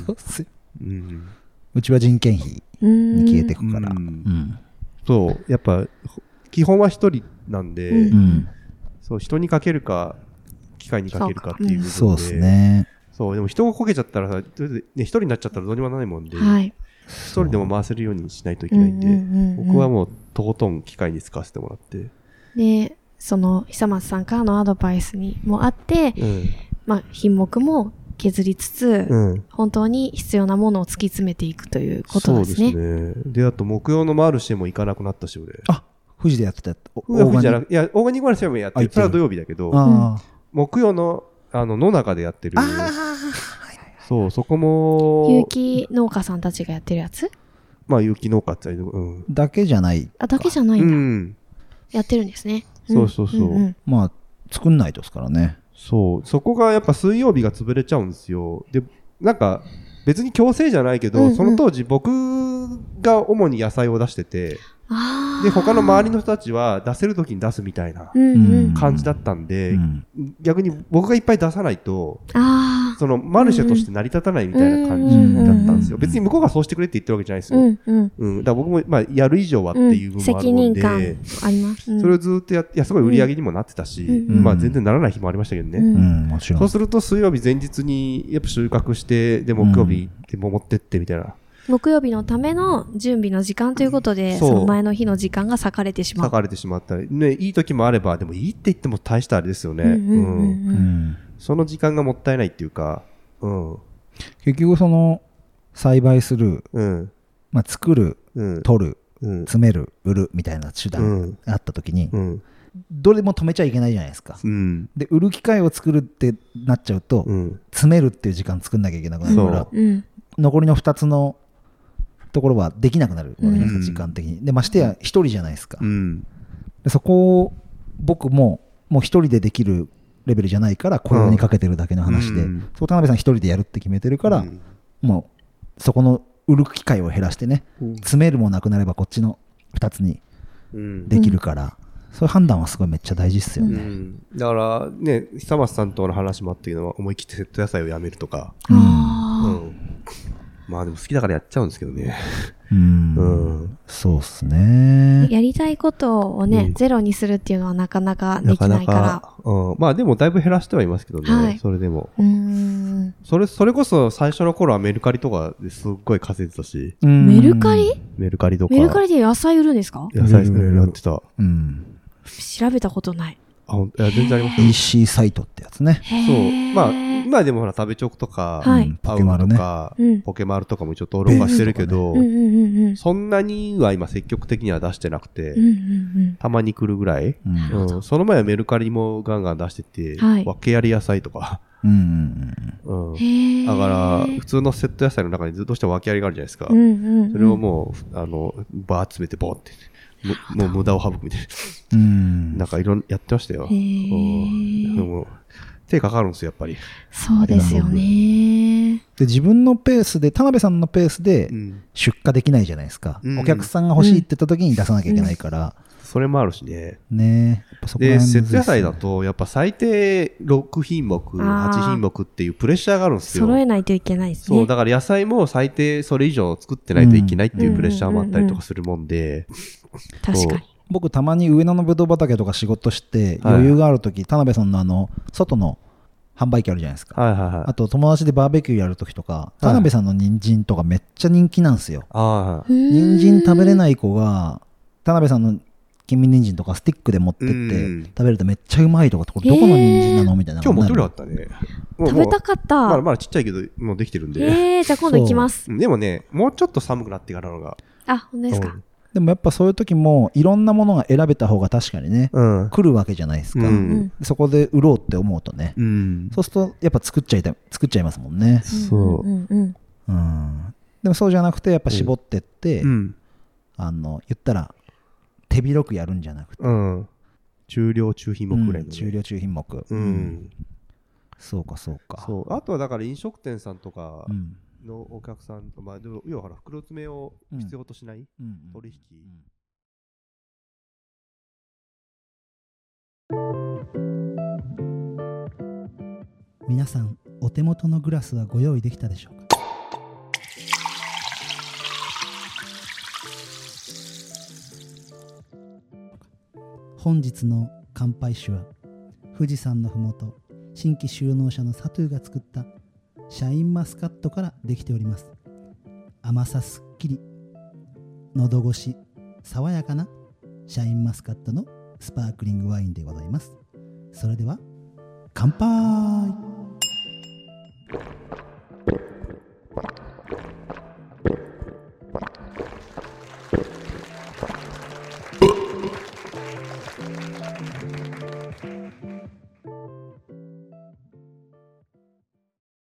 [SPEAKER 1] そうっすよ
[SPEAKER 3] うん。
[SPEAKER 1] うちは人件費
[SPEAKER 2] うーん
[SPEAKER 1] に消えてくから
[SPEAKER 3] う
[SPEAKER 1] うんん
[SPEAKER 3] そう、やっぱ、ほ基本は一人なんで、
[SPEAKER 2] うん
[SPEAKER 1] うん
[SPEAKER 3] そう、人にかけるか、機械にかけるかっていう部分で。
[SPEAKER 1] そうです。ね
[SPEAKER 3] そう、でも人がこけちゃったらさ、とりあえずね、一人になっちゃったらどうにもならないもんで、一、
[SPEAKER 2] はい
[SPEAKER 3] 人でも回せるようにしないといけないんで、僕は
[SPEAKER 2] も
[SPEAKER 3] もう、とことん機械に使わせてもらって、
[SPEAKER 2] うでその久松さんからのアドバイスにもあって、
[SPEAKER 3] うん。
[SPEAKER 2] まあ、品目も削りつつ、
[SPEAKER 3] うん。
[SPEAKER 2] 本当に必要なものを突き詰めていくということなんですね。
[SPEAKER 3] そうですね。で、あと、木曜のマルシェも行かなくなったし、俺。
[SPEAKER 1] あ富士でやってたやつお
[SPEAKER 3] オーガニックじゃな
[SPEAKER 1] く
[SPEAKER 3] くいや、オーガニックマルシェもやっ
[SPEAKER 1] あ
[SPEAKER 3] て
[SPEAKER 1] 行ってる
[SPEAKER 3] る。それは土曜日だけど、
[SPEAKER 1] あ
[SPEAKER 3] 木曜の、あの、野中でやってる
[SPEAKER 1] あ。あ
[SPEAKER 3] そう、そこも、
[SPEAKER 2] 有機農家さんたちがやってるやつ
[SPEAKER 3] まあ、有機農家って言ったらうん。
[SPEAKER 1] ーだけじゃない
[SPEAKER 2] あだけじゃな
[SPEAKER 3] う
[SPEAKER 2] いんだ、
[SPEAKER 3] ん。
[SPEAKER 2] やってるんですね。
[SPEAKER 3] そうそうそうん
[SPEAKER 2] ん
[SPEAKER 1] まあ作んないとですからね
[SPEAKER 3] そう。そこがやっぱ水曜日が潰れちゃうんですよ。で、なんか、別に強制じゃないけど、
[SPEAKER 2] うんうん
[SPEAKER 3] その当時僕が主に野菜を出してて、
[SPEAKER 2] あー
[SPEAKER 3] で、他の周りの人たちは出せる時に出すみたいな
[SPEAKER 2] うんうん、
[SPEAKER 3] 感じだったんで、
[SPEAKER 1] うん
[SPEAKER 3] 逆に僕がいっぱい出さないと、
[SPEAKER 2] ああ
[SPEAKER 3] そのマルシェとして成り立たないみたいな感じ
[SPEAKER 1] うんうん
[SPEAKER 3] だったんですよ。
[SPEAKER 1] うん
[SPEAKER 3] 別に向こうがそうしてくれって言ってるわけじゃないですよ。
[SPEAKER 2] うんうん
[SPEAKER 3] うん、だから僕も、まあ、やる以上はっていう部分もある
[SPEAKER 2] 責
[SPEAKER 3] の
[SPEAKER 2] 任
[SPEAKER 3] で、
[SPEAKER 2] 感あります、うん
[SPEAKER 3] それをずっとやって、いや、すごい売り上げにもなってたし、
[SPEAKER 2] うん
[SPEAKER 1] うん
[SPEAKER 3] まあ全然ならない日もありましたけどね。
[SPEAKER 2] うん
[SPEAKER 1] うんもちろ
[SPEAKER 3] そうんすると水曜日前日にやっぱ収穫して、で、木曜日でも持ってってみたいな、
[SPEAKER 2] 木曜日のための準備の時間ということで、
[SPEAKER 3] そう
[SPEAKER 2] その前の日の時間が割かれてしま
[SPEAKER 3] 裂
[SPEAKER 2] う。
[SPEAKER 3] かれてしまったり、ね、いい時もあれば、でもいいって言っても大したあれですよね。
[SPEAKER 2] うんうんう
[SPEAKER 3] う
[SPEAKER 2] ん
[SPEAKER 3] ん
[SPEAKER 1] う
[SPEAKER 2] うん
[SPEAKER 1] ん
[SPEAKER 3] その時間がもったいないっていうか、うん、
[SPEAKER 1] 結局その栽培する、
[SPEAKER 3] うん、
[SPEAKER 1] まあ、作る
[SPEAKER 3] うん、
[SPEAKER 1] 取る
[SPEAKER 3] うん、
[SPEAKER 1] 詰める売るみたいな手
[SPEAKER 3] う
[SPEAKER 1] 段
[SPEAKER 3] ん
[SPEAKER 1] があった時に、
[SPEAKER 3] うん、
[SPEAKER 1] どれも止めちゃいけないじゃないですか、
[SPEAKER 3] うん、
[SPEAKER 1] で売る機会を作るってなっちゃうと、
[SPEAKER 3] うん、
[SPEAKER 1] 詰めるっていう時間作んなきゃいけなくなるから
[SPEAKER 3] そ
[SPEAKER 2] うん
[SPEAKER 1] 残りの2つのところはできなくなるわけじゃないですか、
[SPEAKER 3] うん
[SPEAKER 1] 時間的にでましてや1人じゃないですか、
[SPEAKER 3] うん、
[SPEAKER 1] でそこを僕ももう1人でできるレベルじゃないから雇用にかけてるだけの話で、
[SPEAKER 3] うん
[SPEAKER 1] そう田辺さん1人でやるって決めてるから、
[SPEAKER 3] うん
[SPEAKER 1] もうそこの売る機会を減らしてね
[SPEAKER 3] うん
[SPEAKER 1] 詰めるもなくなればこっちの2つに
[SPEAKER 3] うん
[SPEAKER 1] できるから、そういう判断はすごいめっちゃ大事っすよ
[SPEAKER 3] う
[SPEAKER 1] ね、
[SPEAKER 3] ん、だからね、久松さんとの話もあったけど、思い切ってセット野菜をやめるとか、
[SPEAKER 1] うん
[SPEAKER 3] う
[SPEAKER 2] あ
[SPEAKER 3] ん、まあでも好きだからやっちゃうんですけどね。
[SPEAKER 1] うん
[SPEAKER 3] うん
[SPEAKER 1] そうっす
[SPEAKER 2] ー
[SPEAKER 1] ね
[SPEAKER 2] やりたいことをね、
[SPEAKER 3] うん
[SPEAKER 2] ゼロにするっていうのはなかなかで
[SPEAKER 3] な
[SPEAKER 2] き
[SPEAKER 3] か
[SPEAKER 2] な
[SPEAKER 3] ない
[SPEAKER 2] から。
[SPEAKER 3] か、うん、まあでもだいぶ減らしてはいますけどね、
[SPEAKER 2] はい
[SPEAKER 3] それでも。
[SPEAKER 2] うーん。
[SPEAKER 3] それ、それこそ最初の頃はメルカリとかですっごい稼いでたし、
[SPEAKER 1] うん
[SPEAKER 2] メルカリ
[SPEAKER 3] メルカリとか。
[SPEAKER 2] メルカリで野菜売るんですか
[SPEAKER 3] 野菜作るやってた。あ、
[SPEAKER 1] うん
[SPEAKER 2] 調べたことない。
[SPEAKER 3] ほんいや全然ありますよ。
[SPEAKER 1] EC サイトってやつね、
[SPEAKER 2] へー
[SPEAKER 3] そう。まあ、今でもほら、食べチョクとか、
[SPEAKER 2] はい
[SPEAKER 1] うん
[SPEAKER 3] パ
[SPEAKER 1] ポ
[SPEAKER 3] ウ
[SPEAKER 1] ケマ
[SPEAKER 3] ロ
[SPEAKER 1] ル
[SPEAKER 3] と
[SPEAKER 1] ね
[SPEAKER 3] か、
[SPEAKER 2] うん。
[SPEAKER 3] ポケマルとかも一応登録はしてるけど、
[SPEAKER 2] うんうんうんうん。
[SPEAKER 3] そんなには今積極的には出してなくて、
[SPEAKER 2] うんうん
[SPEAKER 3] たまに来るぐらい。
[SPEAKER 1] うん
[SPEAKER 3] うん、その前はメルカリもガンガン出してて、
[SPEAKER 2] はい
[SPEAKER 3] 訳あり野菜とか、
[SPEAKER 1] うんうん
[SPEAKER 3] うん
[SPEAKER 2] うん。、へえ。
[SPEAKER 3] だから、普通のセット野菜の中にずっとした訳ありがあるじゃないですか。
[SPEAKER 2] うんうんうん。
[SPEAKER 3] それをもう、あの、バー集めて、ボーって、ももう無駄を省くみたい
[SPEAKER 1] うんうん
[SPEAKER 3] な、なんかいろんやってました
[SPEAKER 2] へ
[SPEAKER 3] よ。うんで
[SPEAKER 2] え。
[SPEAKER 3] も手かかるんですよ、やっぱり。
[SPEAKER 2] そうですよね。
[SPEAKER 1] で自分のペースで田辺さんのペースで
[SPEAKER 3] うん
[SPEAKER 1] 出荷できないじゃないですか、
[SPEAKER 3] うん
[SPEAKER 1] お客さんが欲しいって言った時に出さなきゃいけないから、
[SPEAKER 3] それもあるしね。
[SPEAKER 1] ねやっぱそこら
[SPEAKER 3] で、
[SPEAKER 1] 辺むずいっ
[SPEAKER 3] 節野
[SPEAKER 1] すね
[SPEAKER 3] 菜だと、やっぱ最低6品目、
[SPEAKER 2] あー
[SPEAKER 3] 8品目っていうプレッシャーがあるんですよ。
[SPEAKER 2] 揃えないといけないですね。
[SPEAKER 3] そう、だから野菜も最低それ以上作ってないといけないっていうプレッシャーもあったりとかするもんで、
[SPEAKER 2] 確かに。
[SPEAKER 1] 僕たまに上野のぶどう畑とか仕事して
[SPEAKER 3] はい
[SPEAKER 1] 余裕がある時、田辺さんのあの外の販売機あるじゃないですか、
[SPEAKER 3] はいはいはい。
[SPEAKER 1] あと友達でバーベキューやる時とか
[SPEAKER 3] い
[SPEAKER 1] 田辺さんの人参とかめっちゃ人気なんですよ、
[SPEAKER 3] ああ、
[SPEAKER 1] 人参食べれ
[SPEAKER 2] い。
[SPEAKER 1] ない子が田辺さんの金味人参とかスティックで持ってって
[SPEAKER 3] うん
[SPEAKER 1] 食べるとめっちゃうまいとかってこれどこの人参なのみたいな
[SPEAKER 3] 今日持ってこ
[SPEAKER 1] る
[SPEAKER 3] なかったね。もう
[SPEAKER 2] 食べたかっ
[SPEAKER 3] ま
[SPEAKER 2] た
[SPEAKER 3] だ。まだちっちゃいけど、もうできてるんで。
[SPEAKER 2] ええ、じゃあ今度行きます。
[SPEAKER 3] うんでもね、もうちょっと寒くなってからのが。
[SPEAKER 2] あ、本当ですか。
[SPEAKER 1] でもやっぱそういう時もいろんなものが選べた方が確かにね
[SPEAKER 3] うん。うん
[SPEAKER 1] 来るわけじゃないですか、
[SPEAKER 3] う
[SPEAKER 2] うんん。
[SPEAKER 1] そこで売ろうって思うとね
[SPEAKER 3] うん。
[SPEAKER 1] そうするとやっぱ作っちゃいた作っちゃいますもんね
[SPEAKER 3] そ
[SPEAKER 2] うんうん
[SPEAKER 1] うんでもそうじゃなくてやっぱ絞ってって、
[SPEAKER 3] う。うん。
[SPEAKER 1] あの言ったら手広くやるんじゃなくて、
[SPEAKER 3] うん。中量中品目ぐらいのね。
[SPEAKER 1] 重量中品目、
[SPEAKER 3] うん。
[SPEAKER 1] そうかそうか
[SPEAKER 3] そう。あとはだから飲食店さんとか
[SPEAKER 1] うん
[SPEAKER 3] のお客さん、まあ、でも要はほら袋詰めを必要としな
[SPEAKER 1] う
[SPEAKER 3] い、
[SPEAKER 1] んうん
[SPEAKER 3] 取引
[SPEAKER 1] うん皆さんお手元のグラスはご用意できたでしょうか本日の乾杯酒は富士山のふもと新規収納者のサトゥーが作ったシャインマスカットからできております甘さすっきり喉越し爽やかなシャインマスカットのスパークリングワインでございますそれでは乾杯